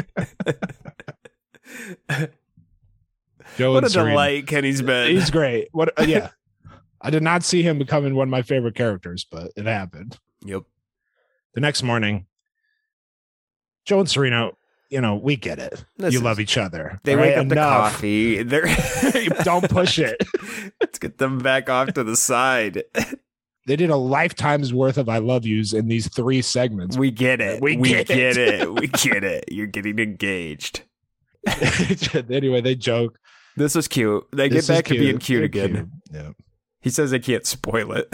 Joe
what
and
a
Serena.
delight Kenny's been.
He's great. What? uh, yeah, I did not see him becoming one of my favorite characters, but it happened.
yep.
The next morning, Joe and Serena. You know, we get it. you
Listen,
love each other.
They
all right?
wake up to
Enough.
coffee. They're
Don't push it.
Let's get them back off to the side.
They did a lifetime's worth of "I love yous" in these three segments.
We get it.
We get
get
it.
it. We get it. You're getting engaged.
anyway, they joke.
This was cute. They
This
get
is
back to being cute
They're
again.
cute. Yeah.
He says they can't spoil it.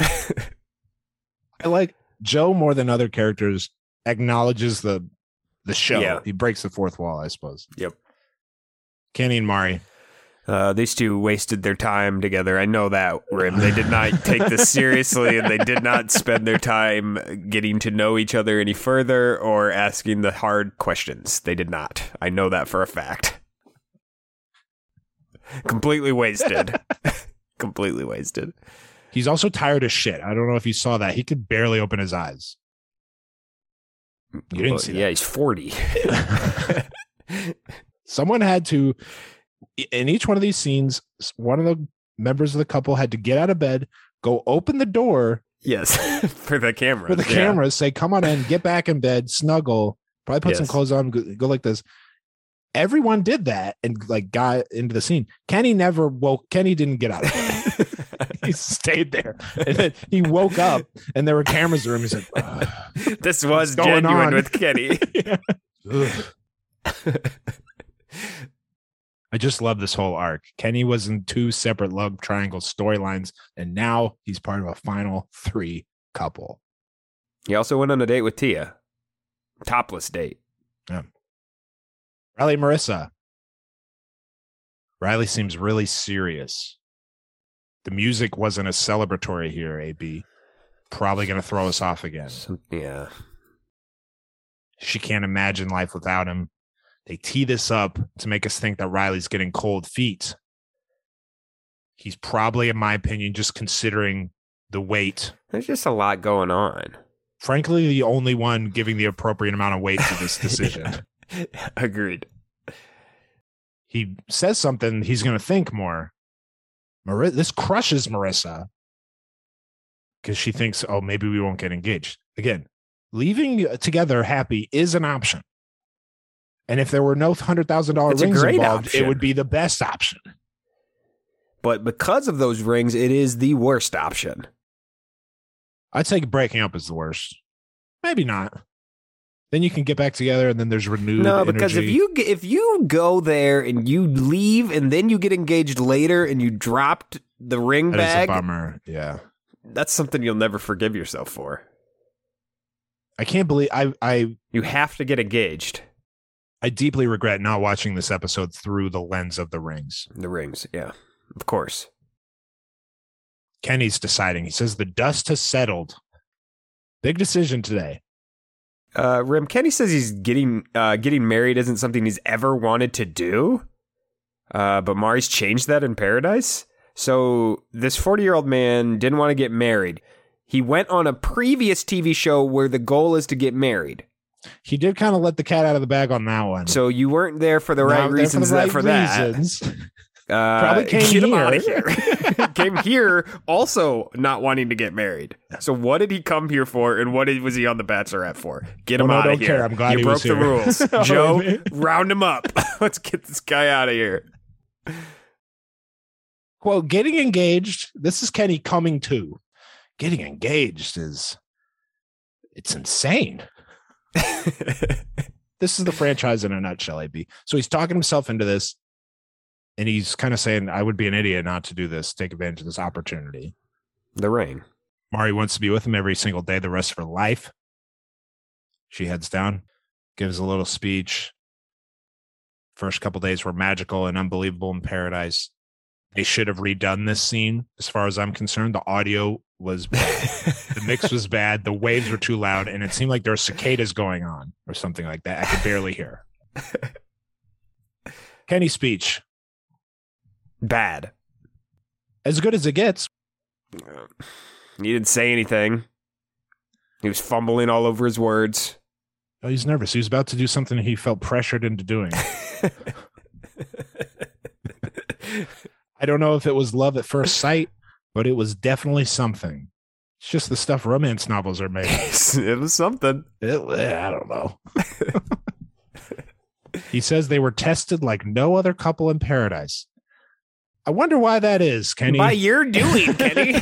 I like Joe more than other characters acknowledges the the show.
Yeah.
He breaks the fourth wall, I suppose.
Yep.
Kenny and Mari.
uh, these two wasted their time together. I know that, Rim. They did not take this seriously and they did not spend their time getting to know each other any further or asking the hard questions. They did not. I know that for a fact. Completely wasted. Completely wasted.
He's also tired as shit. I don't know if you saw that. He could barely open his eyes. You didn't see that.
Yeah, he's 40.
Someone had to in each one of these scenes, one of the members of the couple had to get out of bed, go open the door
yes, for the camera.
for the
Yeah.
cameras, say, come on in, get back in bed, snuggle, probably put some
Yes.
clothes on, go, go like this. Everyone did that and like got into the scene. Kenny never woke. Kenny didn't get out. of bed. he stayed there, and then he woke up, and there were cameras in the room. He's like, "Ugh,
This was
going
genuine
on?
with Kenny.
ugh." I just love this whole arc. Kenny was in two separate love triangle storylines, and now he's part of a final three couple.
he also went on a date with Tia. Topless date.
Riley Marissa. Riley seems really serious. The music wasn't as celebratory here, AB. Probably going to throw us off again.
Some- yeah.
She can't imagine life without him. They tee this up to make us think that Riley's getting cold feet. He's probably, in my opinion, just considering the weight.
There's just a lot going on.
Frankly, the only one giving the appropriate amount of weight to this decision.
Agreed.
he says something, he's going to think more. Mar- this crushes Marissa because she thinks, oh, maybe we won't get engaged. Again, leaving together happy is an option. And if there were no $100,000
It's a
rings
great
involved, it
option.
would be the best option.
But because of those rings, it is the worst option.
I'd say breaking up is the worst. Maybe not. Then you can get back together and then there's renewed.
no, because if
energy.
you g- if you go there and you leave and then you get engaged later and you dropped the ring
That is a
bag,
bummer. Yeah.
that's something you'll never forgive yourself for.
I can't believe I, I
You have to get engaged.
I deeply regret not watching this episode through the lens of the rings.
The rings, yeah, of course.
Kenny's deciding. He says the dust has settled. Big decision today.
Uh, Rim Kenny says he's getting uh, getting married isn't something he's ever wanted to do, uh, but Mari's changed that in Paradise. So this forty year old man didn't want to get married. He went on a previous TV show where the goal is to get married.
He did kind of let the cat out of the bag on that one.
So you weren't there for the
Not
right
there
reasons
for, the
that-
right
for that.
reasons.
Uh,
Probably came
get him out of
here.
here. came here also not wanting to get married. So what did he come here for, and what was he on the Bachelorette for? Get him
Well, no,
out
I
of
don't
here.
care. I'm glad
you
he
broke
was
the
here.
rules,
Oh,
Joe.
man.
round him up. Let's get this guy out of here.
Well, getting engaged. This is Kenny coming to. Getting engaged is it's insane. This is the franchise in a nutshell, AB. So he's talking himself into this and he's kind of saying, I would be an idiot not to do this, take advantage of this opportunity.
The ring.
Mari wants to be with him every single day the rest of her life. She heads down, gives a little speech. First couple days were magical and unbelievable in paradise. They should have redone this scene, as far as I'm concerned. The audio was bad. the mix was bad, the waves were too loud, and it seemed like there were cicadas going on or something like that. I could barely hear. Kenny's speech,
Bad.
as good as it gets.
He didn't say anything. He was fumbling all over his words.
Oh, He's nervous. He was about to do something he felt pressured into doing. I don't know if it was love at first sight, but it was definitely something. It's just the stuff romance novels are made. of.
it was something.
It- I don't know. he says they were tested like no other couple in paradise. I wonder why that is, Kenny.
By your doing, Kenny.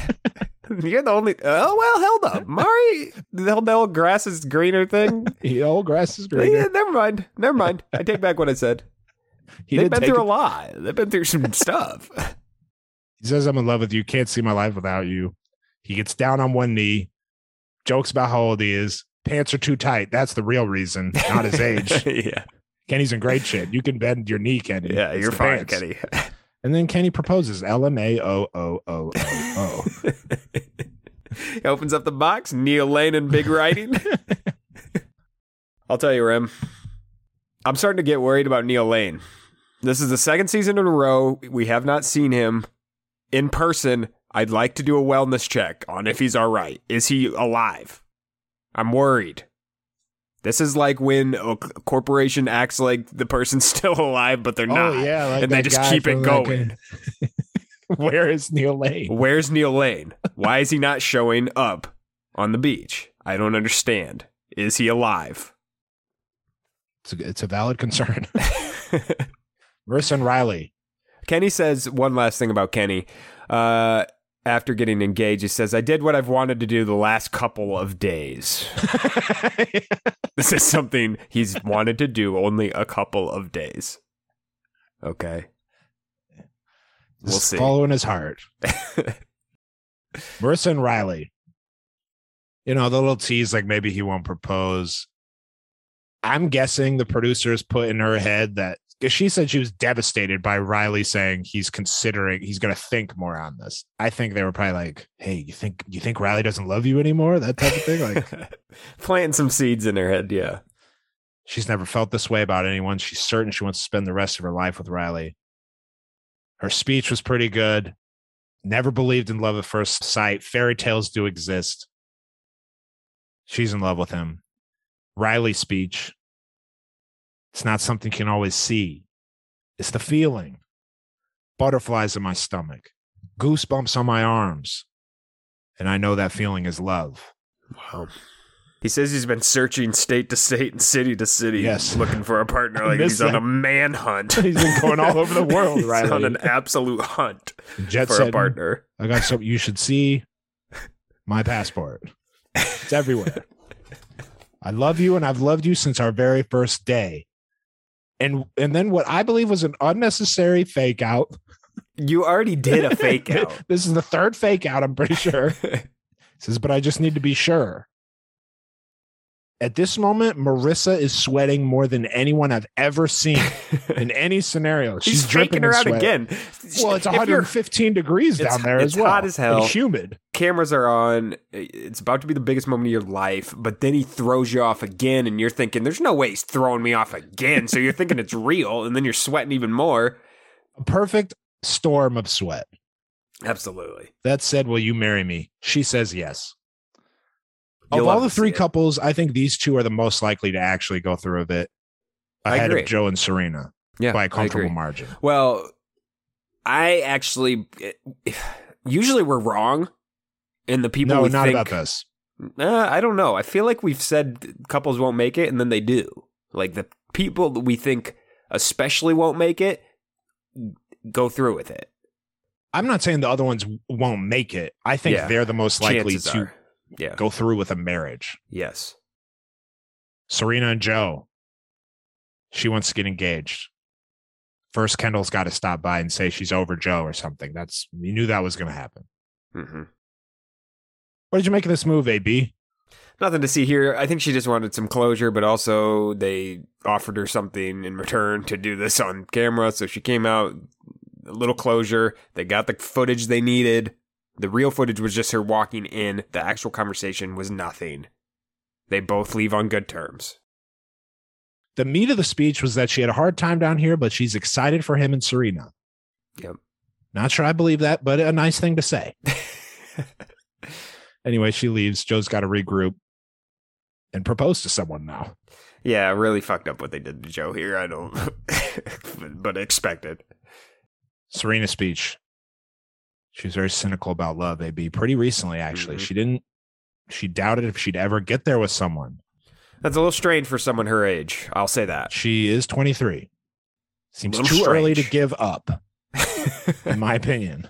You're the only. Oh well, held up, Mari. The whole grass is greener thing.
The old grass is
Yeah,
greener.
never mind. Never mind. I take back what I said.
He
They've
did
been
take
through
it-
a lot. They've been through some stuff.
He says, I'm in love with you. Can't see my life without you. He gets down on one knee, jokes about how old he is. Pants are too tight. That's the real reason, not his age.
yeah,
Kenny's in great shape. You can bend your knee, Kenny.
yeah,
It's
you're
the
fine,
pants.
Kenny.
And then Kenny proposes LMAOOOOO.
he opens up the box. Neil Lane in big writing. I'll tell you, Rim. I'm starting to get worried about Neil Lane. This is the second season in a row we have not seen him in person. I'd like to do a wellness check on if he's all right. Is he alive? I'm worried. This is like when a c- corporation acts like the person's still alive, but they're not.
Oh, yeah. Like
and they
that
just
guy
keep it
from, like,
going.
uh, Where is Neil Lane?
Where's Neil Lane? Why is he not showing up on the beach? I don't understand. Is he alive?
It's a, it's a valid concern. Marissa and Riley.
Kenny says one last thing about Kenny. Uh, after getting engaged, he says, I did what I've wanted to do the last couple of days. this is something he's wanted to do only a couple of days. Okay. We'll
Just
see.
Following his heart. Marissa and Riley. You know, the little tease like maybe he won't propose. I'm guessing the producers put in her head that because she said she was devastated by Riley saying he's considering he's gonna think more on this. I think they were probably like, Hey, you think you think Riley doesn't love you anymore? That type of thing. Like
Planting some seeds in her head, yeah.
She's never felt this way about anyone. She's certain she wants to spend the rest of her life with Riley. Her speech was pretty good. Never believed in love at first sight. Fairy tales do exist. She's in love with him. Riley's speech. It's not something you can always see. It's the feeling. Butterflies in my stomach, goosebumps on my arms. And I know that feeling is love.
Wow. He says he's been searching state to state and city to city,
Yes.
looking for a partner.
I
Like
missed
he's on
that.
a manhunt.
He's been going all over the world,
he's
Riley.
on an absolute hunt
Jet
for a
setting.
partner.
I got something you should see. My passport. It's everywhere. I love you and I've loved you since our very first day. And and then what I believe was an unnecessary fake out.
You already did a fake out.
this is the third fake out, I'm pretty sure. says, but I just need to be sure. At this moment, Marissa is sweating more than anyone I've ever seen in any scenario. She's
He's
dripping
faking her
in
out
sweat.
again.
Well, it's
If you're-
115 degrees
It's-
down there
it's
as well.
hot as hell.
and humid.
cameras are on. It's about to be the biggest moment of your life, but then he throws you off again, and you're thinking, "There's no way he's throwing me off again." so you're thinking it's real, and then you're sweating even more.
A perfect storm of sweat.
Absolutely.
That said, will you marry me? She says yes.
You'll
of all
love
the
to
three
see it.
couples, I think these two are the most likely to actually go through with it
I
ahead
agree.
of Joe and Serena
Yeah,
by a
I agree.
comfortable margin.
Well, I actually usually we're wrong, and the people
no,
we
not
think,
about this.
Uh, I don't know. I feel like we've said couples won't make it, and then they do. Like the people that we think especially won't make it go through with it.
I'm not saying the other ones won't make it. I think
Yeah.
they're the most likely
Chances
to
are. yeah,
go through with a marriage.
yes,
Serena and Joe. She wants to get engaged. First, Kendall's got to stop by and say she's over Joe or something. That's you knew that was going to happen.
hmm
What did you make of this move, AB?
Nothing to see here. I think she just wanted some closure, but also they offered her something in return to do this on camera. So she came out, a little closure. They got the footage they needed. The real footage was just her walking in. The actual conversation was nothing. They both leave on good terms.
The meat of the speech was that she had a hard time down here, but she's excited for him and Serena.
Yep.
Not sure I believe that, but a nice thing to say. Anyway, she leaves. Joe's got to regroup and propose to someone now.
Yeah, really fucked up what they did to Joe here. I don't, but expected.
Serena's speech. She was very cynical about love, AB. Pretty recently, actually.
Mhm.
She didn't, she doubted if she'd ever get there with someone.
That's a little strange for someone her age. I'll say that.
She is 23. Seems too
Little
early to
strange.
give up, in my opinion.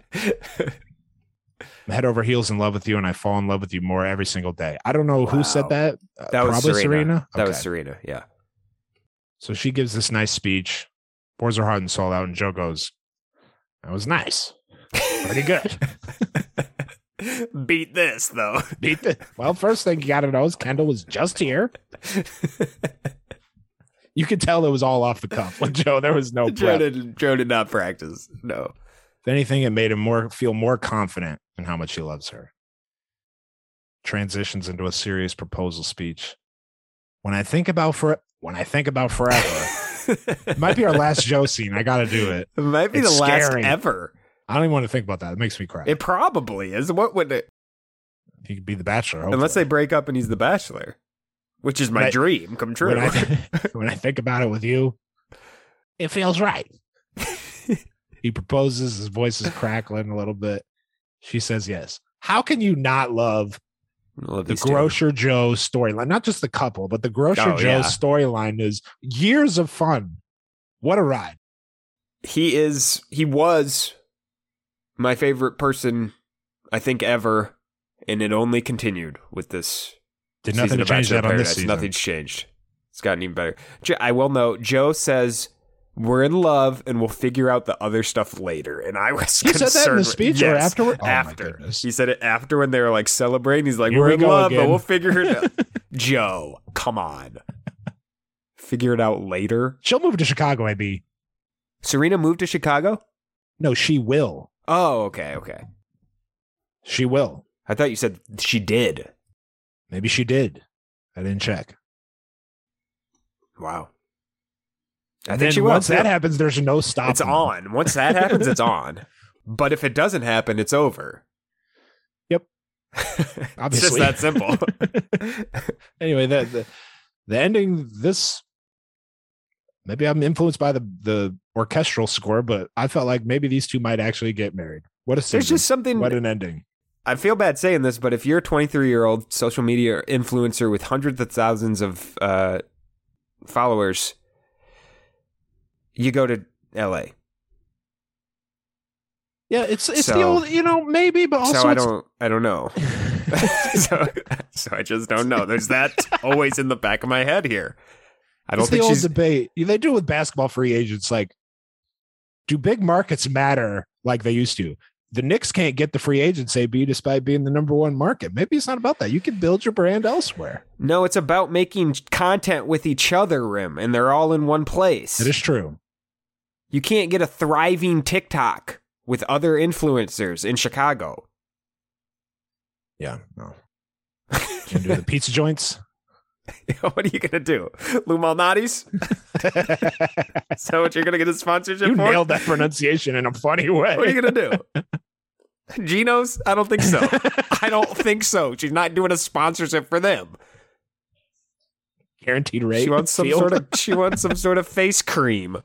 I'm head over heels in love with you, and I fall in love with you more every single day. I don't know who said
Wow.
that. Uh,
That was
Probably
Serena. That was
Okay.
Serena. Yeah.
So she gives this nice speech, pours her heart and soul out, and Joe goes, That was nice. Pretty good.
Beat this though.
Beat the well, first thing you gotta know is Kendall was just here. You could tell it was all off the cuff with Joe. There was no
Joe
prep.
did, Joe did not practice. No.
If anything, it made him more feel more confident in how much he loves her. Transitions into a serious proposal speech. When I think about for when I think about forever, it might be our last Joe scene. I gotta do it.
It might be
It's
the last
scary.
ever.
I don't even want to think about that. It makes me cry.
It probably is. What would it?
he could be the bachelor.
Unless
hopefully.
they break up and he's the bachelor, which is my
Right.
dream come true.
When I, when I think about it with you, it feels right. he proposes, his voice is crackling a little bit. She says yes. How can you not love
Love
the
these two.
Grocer Joe storyline? Not just the couple, but the Grocer
Oh,
Joe
yeah.
storyline is years of fun. What a ride.
He is. He was my favorite person, I think ever, and it only continued with this
Did
season
nothing to
of
change
Bachelor
that on this
Paradise.
season.
Nothing's changed. It's gotten even better. Jo- I will note. Joe says we're in love, and we'll figure out the other stuff later. And I was
He said that in
concerned
the
with-
speech or
Yes,
afterward? Oh, my
after
goodness.
he said it after when they were like celebrating. He's like,
Here
"We're
we
in
go
love, but
again."
we'll figure it out." Joe, come on, figure it out later.
She'll move to Chicago, AB.
Serena moved to Chicago.
No, she will.
Oh, okay, okay.
She will.
I thought you said she did.
Maybe she did. I didn't check.
Wow. I
And
think
then
she will.
once that
too.
happens, there's no stopping.
It's on. Once that happens, it's on. But if it doesn't happen, it's over.
Yep.
it's just
Obviously.
that simple.
anyway, the, the the ending this maybe I'm influenced by the the orchestral score, but I felt like maybe these two might actually get married. What a
There's
season.
just something.
what an ending.
I feel bad saying this, but if you're a 23 year old social media influencer with hundreds of thousands of uh, followers, you go to LA.
Yeah, it's it's the
So-
old you know, maybe, but also
so I
it's-
don't. I don't know. so, so I just don't know. There's that always in the back of my head here. I don't
it's the
think
old
she's.
debate. They do with basketball free agents like do big markets matter like they used to? The Knicks can't get the free agents AB despite being the number one market. Maybe it's not about that. You can build your brand elsewhere.
No, it's about making content with each other, Rim, and they're all in one place.
It is true.
You can't get a thriving TikTok with other influencers in Chicago.
Yeah. No. Can do the pizza joints.
what are you going to do? Lou Malnati's? Is that what you're going to get a sponsorship
you
for?
nailed that pronunciation in a funny way.
What are you going to do? Geno's? I don't think so. I don't think so. She's not doing a sponsorship for them.
Guaranteed rate.
She wants some
field.
sort of she wants some sort of face cream.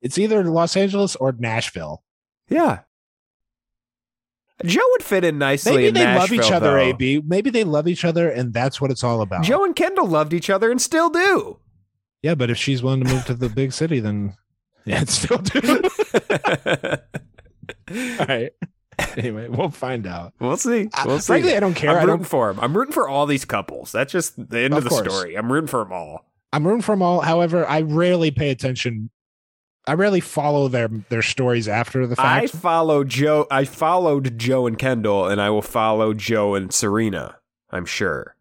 It's either Los Angeles or Nashville.
Yeah. Joe would fit in nicely.
Maybe
in
they love each
Nashville,
other,
though.
AB. Maybe they love each other, and that's what it's all about.
Joe and Kendall loved each other and still do.
yeah, but if she's willing to move to the big city, then yeah, it's still do. all right. Anyway, we'll find out.
we'll see.
I-
We'll see.
frankly, I don't care. I
I'm
don't-
rooting for him. I'm rooting for all these couples. That's just the end
Of
of, the
course.
story. I'm rooting for them all.
I'm rooting for them all. However, I rarely pay attention. I rarely follow their their stories after the
I
fact.
follow Joe. I followed Joe and Kendall, and I will follow Joe and Serena. I'm sure.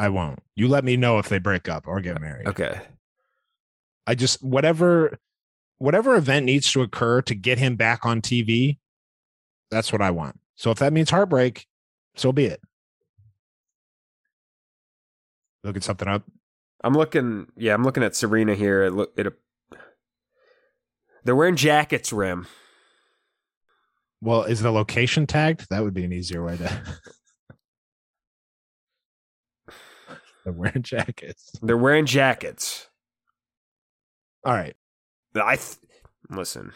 I, won't. You let me know if they break up or get married.
Okay.
I just whatever whatever event needs to occur to get him back on TV, that's what I want. So if that means heartbreak, so be it. Looking something up.
I'm looking. Yeah, I'm looking at Serena here. It look. It. They're wearing jackets, Rim.
Well, is the location tagged? That would be an easier way to. They're wearing jackets.
They're wearing jackets.
All right.
I th- listen.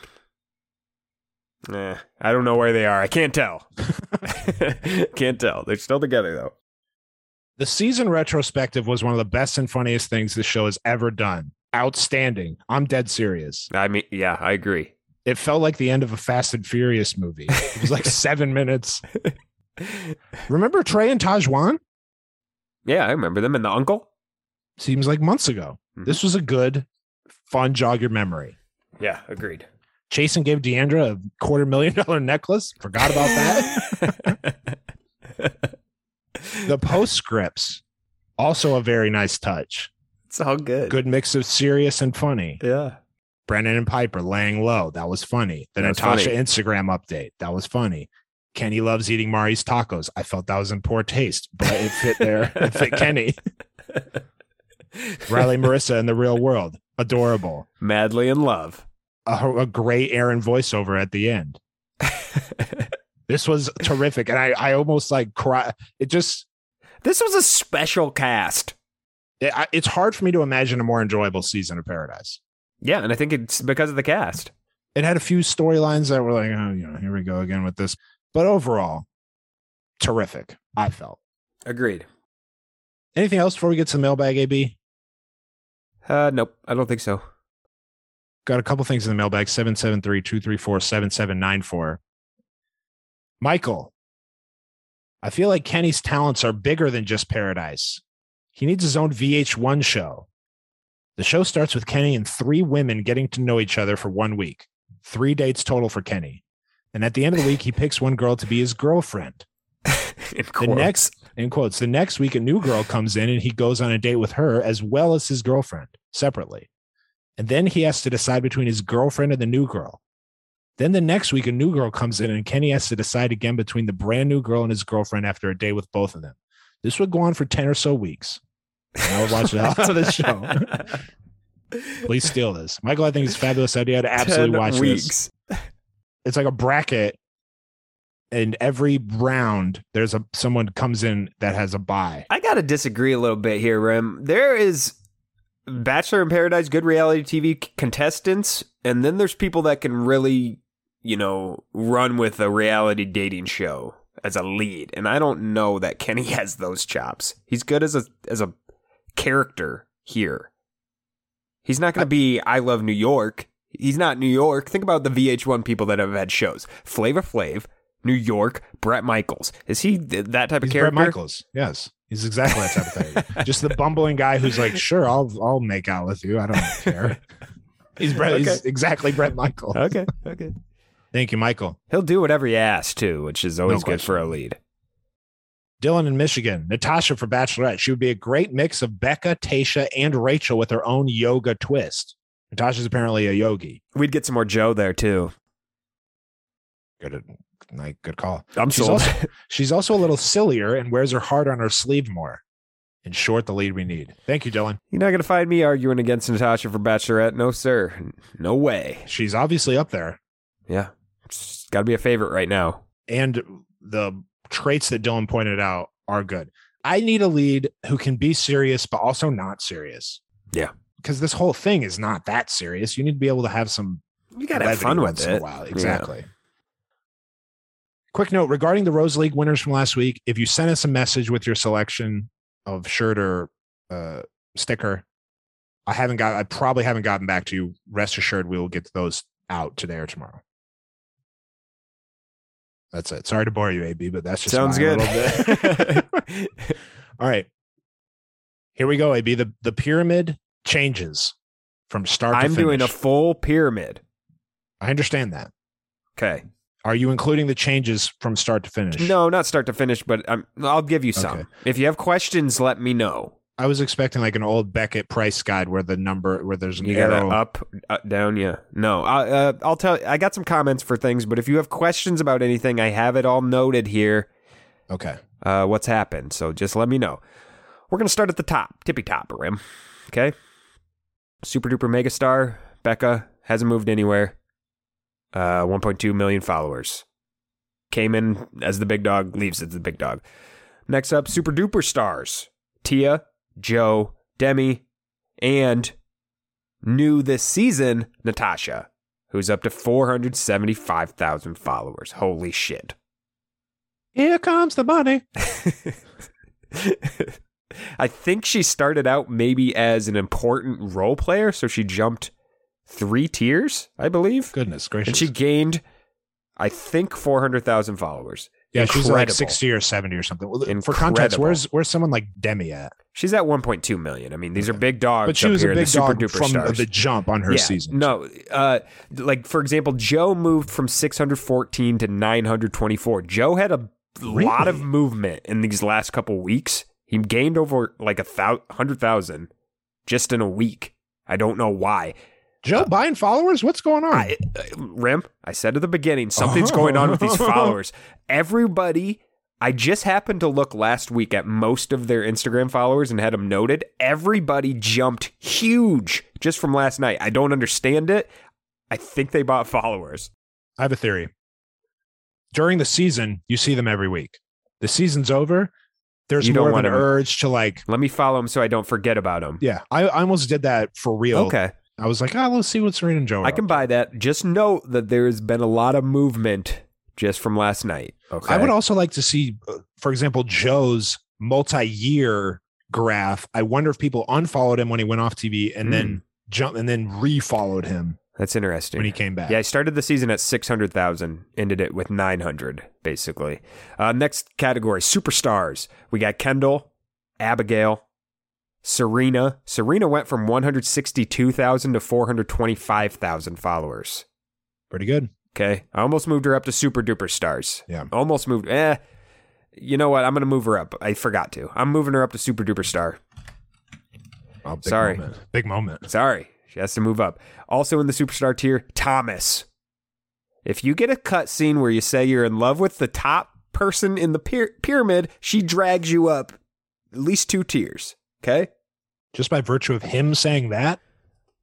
Eh, I don't know where they are. I can't tell. can't tell. They're still together though.
The season retrospective was one of the best and funniest things this show has ever done. Outstanding. I'm dead serious.
I mean, yeah, I agree.
It felt like the end of a Fast and Furious movie. It was like seven minutes. Remember Trey and Tajwan?
Yeah, I remember them and the uncle.
Seems like months ago. This was a good, fun jog your memory.
Yeah, agreed.
Jason gave Deandra a quarter million dollar necklace. Forgot about that. the postscripts, also a very nice touch.
it's all good.
Good mix of serious and funny.
Yeah.
Brennan and Piper laying low. That was funny. The
That was
Natasha
funny.
Instagram update. That was funny. Kenny loves eating Mari's tacos. I felt that was in poor taste, but it fit there. it fit Kenny. Riley Marissa in the real world. Adorable.
Madly in love.
A, a great Aaron voiceover at the end. this was terrific. And I, I almost like cry. It just,
This was a special cast.
it, I, it's hard for me to imagine a more enjoyable season of Paradise.
Yeah, and I think it's because of the cast.
It had a few storylines that were like, oh, you know, here we go again with this. But overall, terrific. I felt.
Agreed.
Anything else before we get to the mailbag, AB?
Uh, nope, I don't think so.
Got a couple things in the mailbag 773 234 7794. Michael, I feel like Kenny's talents are bigger than just paradise. He needs his own VH1 show. The show starts with Kenny and three women getting to know each other for one week, three dates total for Kenny. And at the end of the week, he picks one girl to be his girlfriend.
In
The
quotes.
next, in quotes, the next week, a new girl comes in and he goes on a date with her as well as his girlfriend separately. And then he has to decide between his girlfriend and the new girl. Then the next week, a new girl comes in and Kenny has to decide again between the brand new girl and his girlfriend after a day with both of them. This would go on for 10 or so weeks. And I would watch the hell out of this show. Please steal this. Michael, I think it's a fabulous idea to absolutely
10
watch this
weeks.
it's like a bracket and every round there's a someone comes in that has a buy
I gotta disagree a little bit here, Rem. There is Bachelor in Paradise, good reality TV c- contestants, and then there's people that can really, you know, run with a reality dating show as a lead. And I don't know that Kenny has those chops. He's good as a as a character here. He's not gonna be I love New York. He's not New York. Think about the VH1 people that have had shows. Flavor Flav, New York, Brett Michaels. Is he th- that type
he's
of character?
Bret Michaels yes he's exactly that type of thing just the bumbling guy who's like sure I'll I'll make out with you I don't care he's Brett he's
Okay.
exactly Brett Michael
Okay, okay.
thank you Michael
He'll do whatever you ask too, which is always good for a lead.
Dylan in Michigan Natasha for Bachelorette she would be a great mix of Becca Tasha and Rachel with her own yoga twist Natasha's apparently a yogi
We'd get some more Joe there too.
good like good call
I'm
She's
sold.
also, she's also a little sillier and wears her heart on her sleeve more. In short, the lead we need. Thank you, Dylan.
You're not gonna find me arguing against Natasha for Bachelorette. No, sir. No way.
She's obviously up there.
Yeah. She's gotta be a favorite right now.
And the traits that Dylan pointed out are good. I need a lead who can be serious, but also not serious.
Yeah.
Because this whole thing is not that serious. You need to be able to have some
You gotta have
levity
fun
once
with
in a
it.
while. Exactly. Quick note regarding the Rose League winners from last week. If you sent us a message with your selection of shirt or uh, sticker, I haven't got. I probably haven't gotten back to you. Rest assured, we will get those out today or tomorrow. That's it. Sorry to bore you, AB, but that's just
Sounds
my
good.
little bit. All right, here we go, AB. The the pyramid changes from start to
I'm
finish.
doing a full pyramid.
I understand that.
Okay.
Are you including the changes from start to finish?
No, not start to finish, but i I'll give you some.
Okay.
If you have questions, let me know.
I was expecting like an old Beckett price guide where the number where there's an
You got
arrow.
up, uh, down, yeah. No, I, uh, I'll tell. I got some comments for things, but if you have questions about anything, I have it all noted here.
Okay.
Uh, what's happened? So just let me know. We're gonna start at the top, tippy top, Rim. Okay. Super duper megastar Becca hasn't moved anywhere. Uh, 1.2 million followers. Came in as the big dog, leaves as the big dog. Next up, super duper stars Tia, Joe, Demi, and new this season, Natasha, who's up to 475,000 followers. Holy shit.
Here comes the money.
I think she started out maybe as an important role player, so she jumped three tiers, I believe,
Goodness gracious.
and she gained, I think, four hundred thousand followers.
yeah, she's like
Incredible.
sixty or seventy or something. Well, For context,
Incredible.
where's where's someone like Demi at?
She's at one point two million. I mean, these are big dogs.
But she
up
was a
here in the
big dog
super duper
from
stars.
the jump on her
Yeah,
season.
No, uh, like for example, Joe moved from 614 to 924. Joe had a lot of
Really?
movement in these last couple weeks. He gained over like a thou- hundred thousand just in a week. I don't know why.
Joe buying followers. What's going on?
I, uh, Rim, I said at the beginning, something's going on with these followers. Everybody, I just happened to look last week at most of their Instagram followers and had them noted. Everybody jumped huge just from last night. I don't understand it. I think they bought followers.
I have a theory. During the season, you see them every week. The season's over. There's
You
more
don't
of an
want them-
urge to like.
Let me follow them so I don't forget about them.
Yeah, I, I almost did that for real.
Okay,
I was like, ah, let's see what Serena and Joe. Are
I can
up
buy that. Just note that there has been a lot of movement just from last night.
to.
Okay,
I would also like to see, uh, for example, Joe's multi-year graph. I wonder if people unfollowed him when he went off TV and
Mm.
then jump and then refollowed him
That's interesting.
when he came back.
Yeah, I started the season at 600,000, ended it with 900, basically. Uh, next category superstars. We got Kendall, Abigail, Serena. Serena went from 162,000 to 425,000 followers.
pretty good.
Okay. I almost moved her up to super duper stars.
Yeah.
Almost moved. Eh. You know what? I'm going to move her up. I forgot to. I'm moving her up to super duper star.
Oh, big
Sorry.
moment. big moment.
Sorry, she has to move up. Also in the superstar tier, Thomas. If you get a cutscene where you say you're in love with the top person in the pyr- pyramid, she drags you up at least two tiers. Okay.
Just by virtue of him saying that,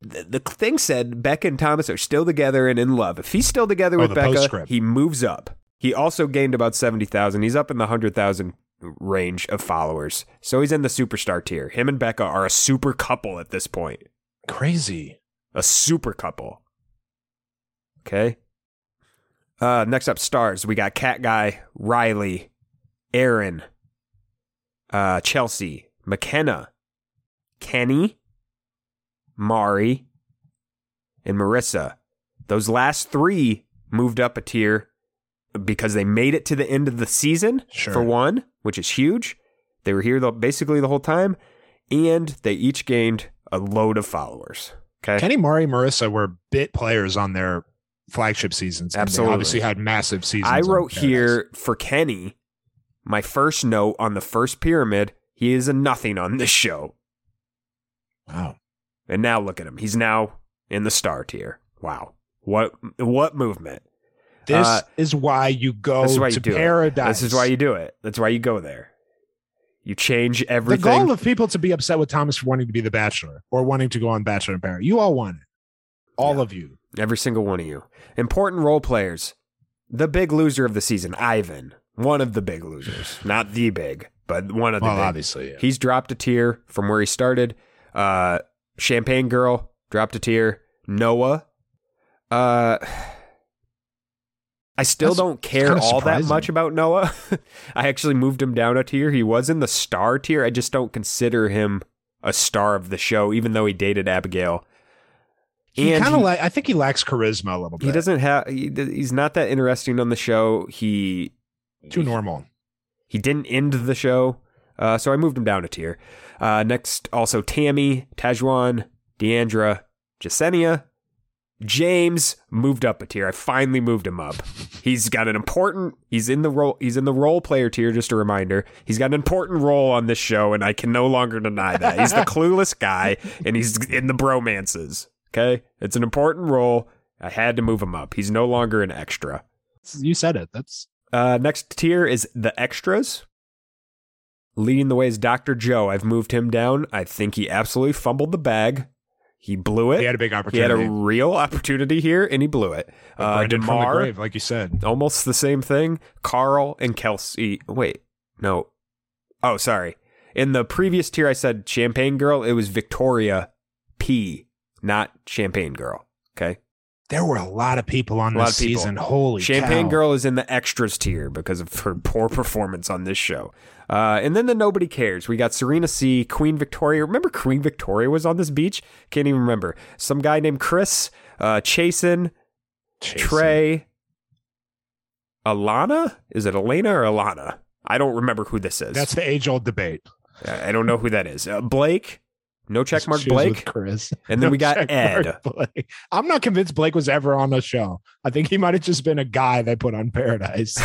The, the thing said Becca and Thomas are still together and in love. If he's still together
Oh,
with
the
Becca,
postscript.
he moves up. He also gained about 70,000. He's up in the 100,000 range of followers. So he's in the superstar tier. Him and Becca are a super couple at this point.
crazy.
a super couple. Okay. Uh, next up, stars. We got Cat Guy, Riley, Aaron, uh, Chelsea, McKenna, Kenny, Mari, and Marissa. Those last three moved up a tier because they made it to the end of the season
Sure.
for one, which is huge. They were here the, basically the whole time, and they each gained a load of followers. Okay.
Kenny Murray, Marissa were bit players on their flagship seasons. and they
Absolutely.
obviously had massive seasons.
I
on
wrote
Paradise.
here for Kenny, my first note on the first pyramid, he is a nothing on this show.
Wow.
And now look at him. He's now in the star tier. Wow. What what movement?
This
Uh,
is why you go
this is why
Oh, to
you do
paradise.
it. This is why you do it. That's why you go there. You change
The
everything.
goal of people to be upset with Thomas for wanting to be the Bachelor or wanting to go on Bachelor in Paradise. You all want it. All
Yeah.
of you.
Every single one of you. Important role players. The big loser of the season, Ivan. One of the big losers. Not the big, but one of the
Well,
big.
obviously. yeah.
He's dropped a tier from where he started. Uh, Champagne Girl dropped a tier. Noah. Uh, I still
That's-
don't care
kinda
all that
surprising.
much about Noah. I actually moved him down a tier. He was in the star tier. I just don't consider him a star of the show, even though he dated Abigail.
He
and
kind of
he-
like, I think he lacks charisma a little bit.
He doesn't have. He, he's not that interesting on the show. He
Too normal.
He didn't end the show, uh, so I moved him down a tier. Uh, next, also Tammy, Tajwan, Deandra Jasenia. James moved up a tier. I finally moved him up. He's got an important. He's in the role. He's in the role player tier. Just a reminder. He's got an important role on this show, and I can no longer deny that. He's the clueless guy, and he's in the bromances. Okay, it's an important role. I had to move him up. He's no longer an extra.
You said it. That's
Uh, next tier is the extras. Leading the way is Dr. Joe. I've moved him down. I think he absolutely fumbled the bag. He blew it.
he had a big
He had
opportunity.
a real opportunity here, and he blew it. Uh,
Brandon from the
DeMar,
grave, like you said.
almost the same thing. Carl and Kelsey. Wait, no. Oh, sorry. In the previous tier, I said Champagne Girl. It was Victoria P, not Champagne Girl. Okay.
There were a lot of people on
A lot
this
of people.
season. Holy
Champagne
cow.
Girl is in the extras tier because of her poor performance on this show. Uh, and then the nobody cares. We got Serena C, Queen Victoria. Remember Queen Victoria was on this beach? Can't even remember. Some guy named Chris, uh, Chasen,
Jason.
Trey, Alana. Is it Elena or Alana? I don't remember who this is.
That's the age old debate.
I I don't know who that is. Uh, Blake, no check mark
She was with
Blake.
Chris.
And then we got
checkmark Blake. I'm not convinced Blake was ever on a show. I think he might have just been a guy they put on Paradise.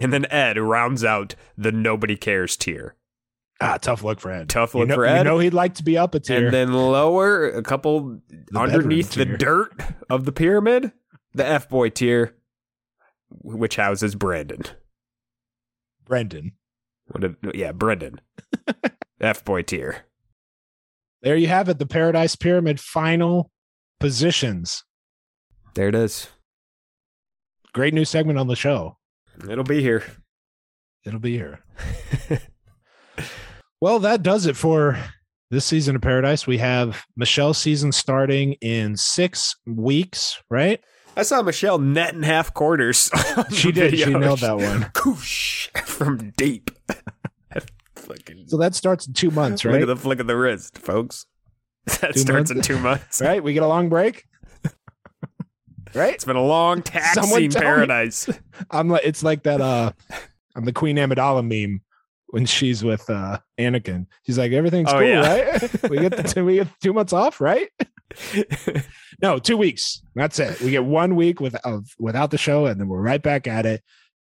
and then Ed rounds out the nobody cares tier.
ah, tough look for Ed.
Tough
You
look
know-
for Ed.
You know he'd like to be up a tier.
and then lower a couple
The
underneath the
bedroom tier.
dirt of the pyramid, the F boy tier, which houses Brandon.
Brendan.
What did, yeah, Brendan. F boy tier.
There you have it. The Paradise Pyramid final positions.
There it is.
Great new segment on the show.
It'll be here.
It'll be here. well, that does it for this season of Paradise. We have Michelle's season starting in six weeks, right?
I saw Michelle net and half quarters. on
She
the
did. She
video.
nailed that one.
Koosh from deep. Fucking
So that starts in two months,
look
right?
at the flick of the wrist, folks. That
Two months.
starts in two months.
right? We get a long break. right?
It's been a long
Someone
taxing
tell me.
paradise.
I'm like it's like that uh I'm the Queen Amidala meme when she's with uh Anakin. She's like, everything's
Oh,
cool,
yeah.
right? we get the two, we get two months off, right? no, two weeks. That's it. We get one week with of without the show, and then we're right back at it.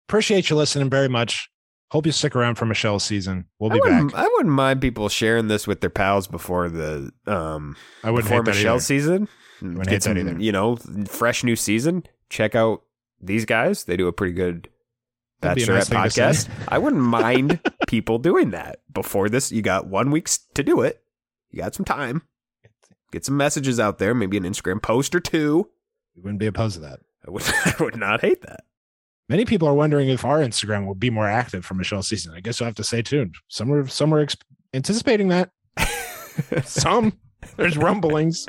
Appreciate you listening very much. Hope you stick around for Michelle's season. We'll be
I
back.
wouldn't, I wouldn't mind people sharing this with their pals before the um
I wouldn't
before
hate that
Michelle
either.
season.
wouldn't hate that either.
You know, fresh new season. Check out these guys. They do a pretty good
That'd be a nice
bachelorette
thing to say.
podcast. I wouldn't mind people doing that before this. You got one week to do it. You got some time. Get some messages out there. Maybe an Instagram post or two.
We wouldn't be opposed to that.
I would, I would not hate that.
Many people are wondering if our Instagram will be more active for Michelle's season. I guess you'll have to stay tuned. Some are some are ex- anticipating that. some there's rumblings.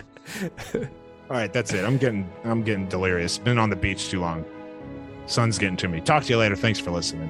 All right, that's it. I'm getting I'm getting delirious. Been on the beach too long. Sun's getting to me. Talk to you later. Thanks for listening.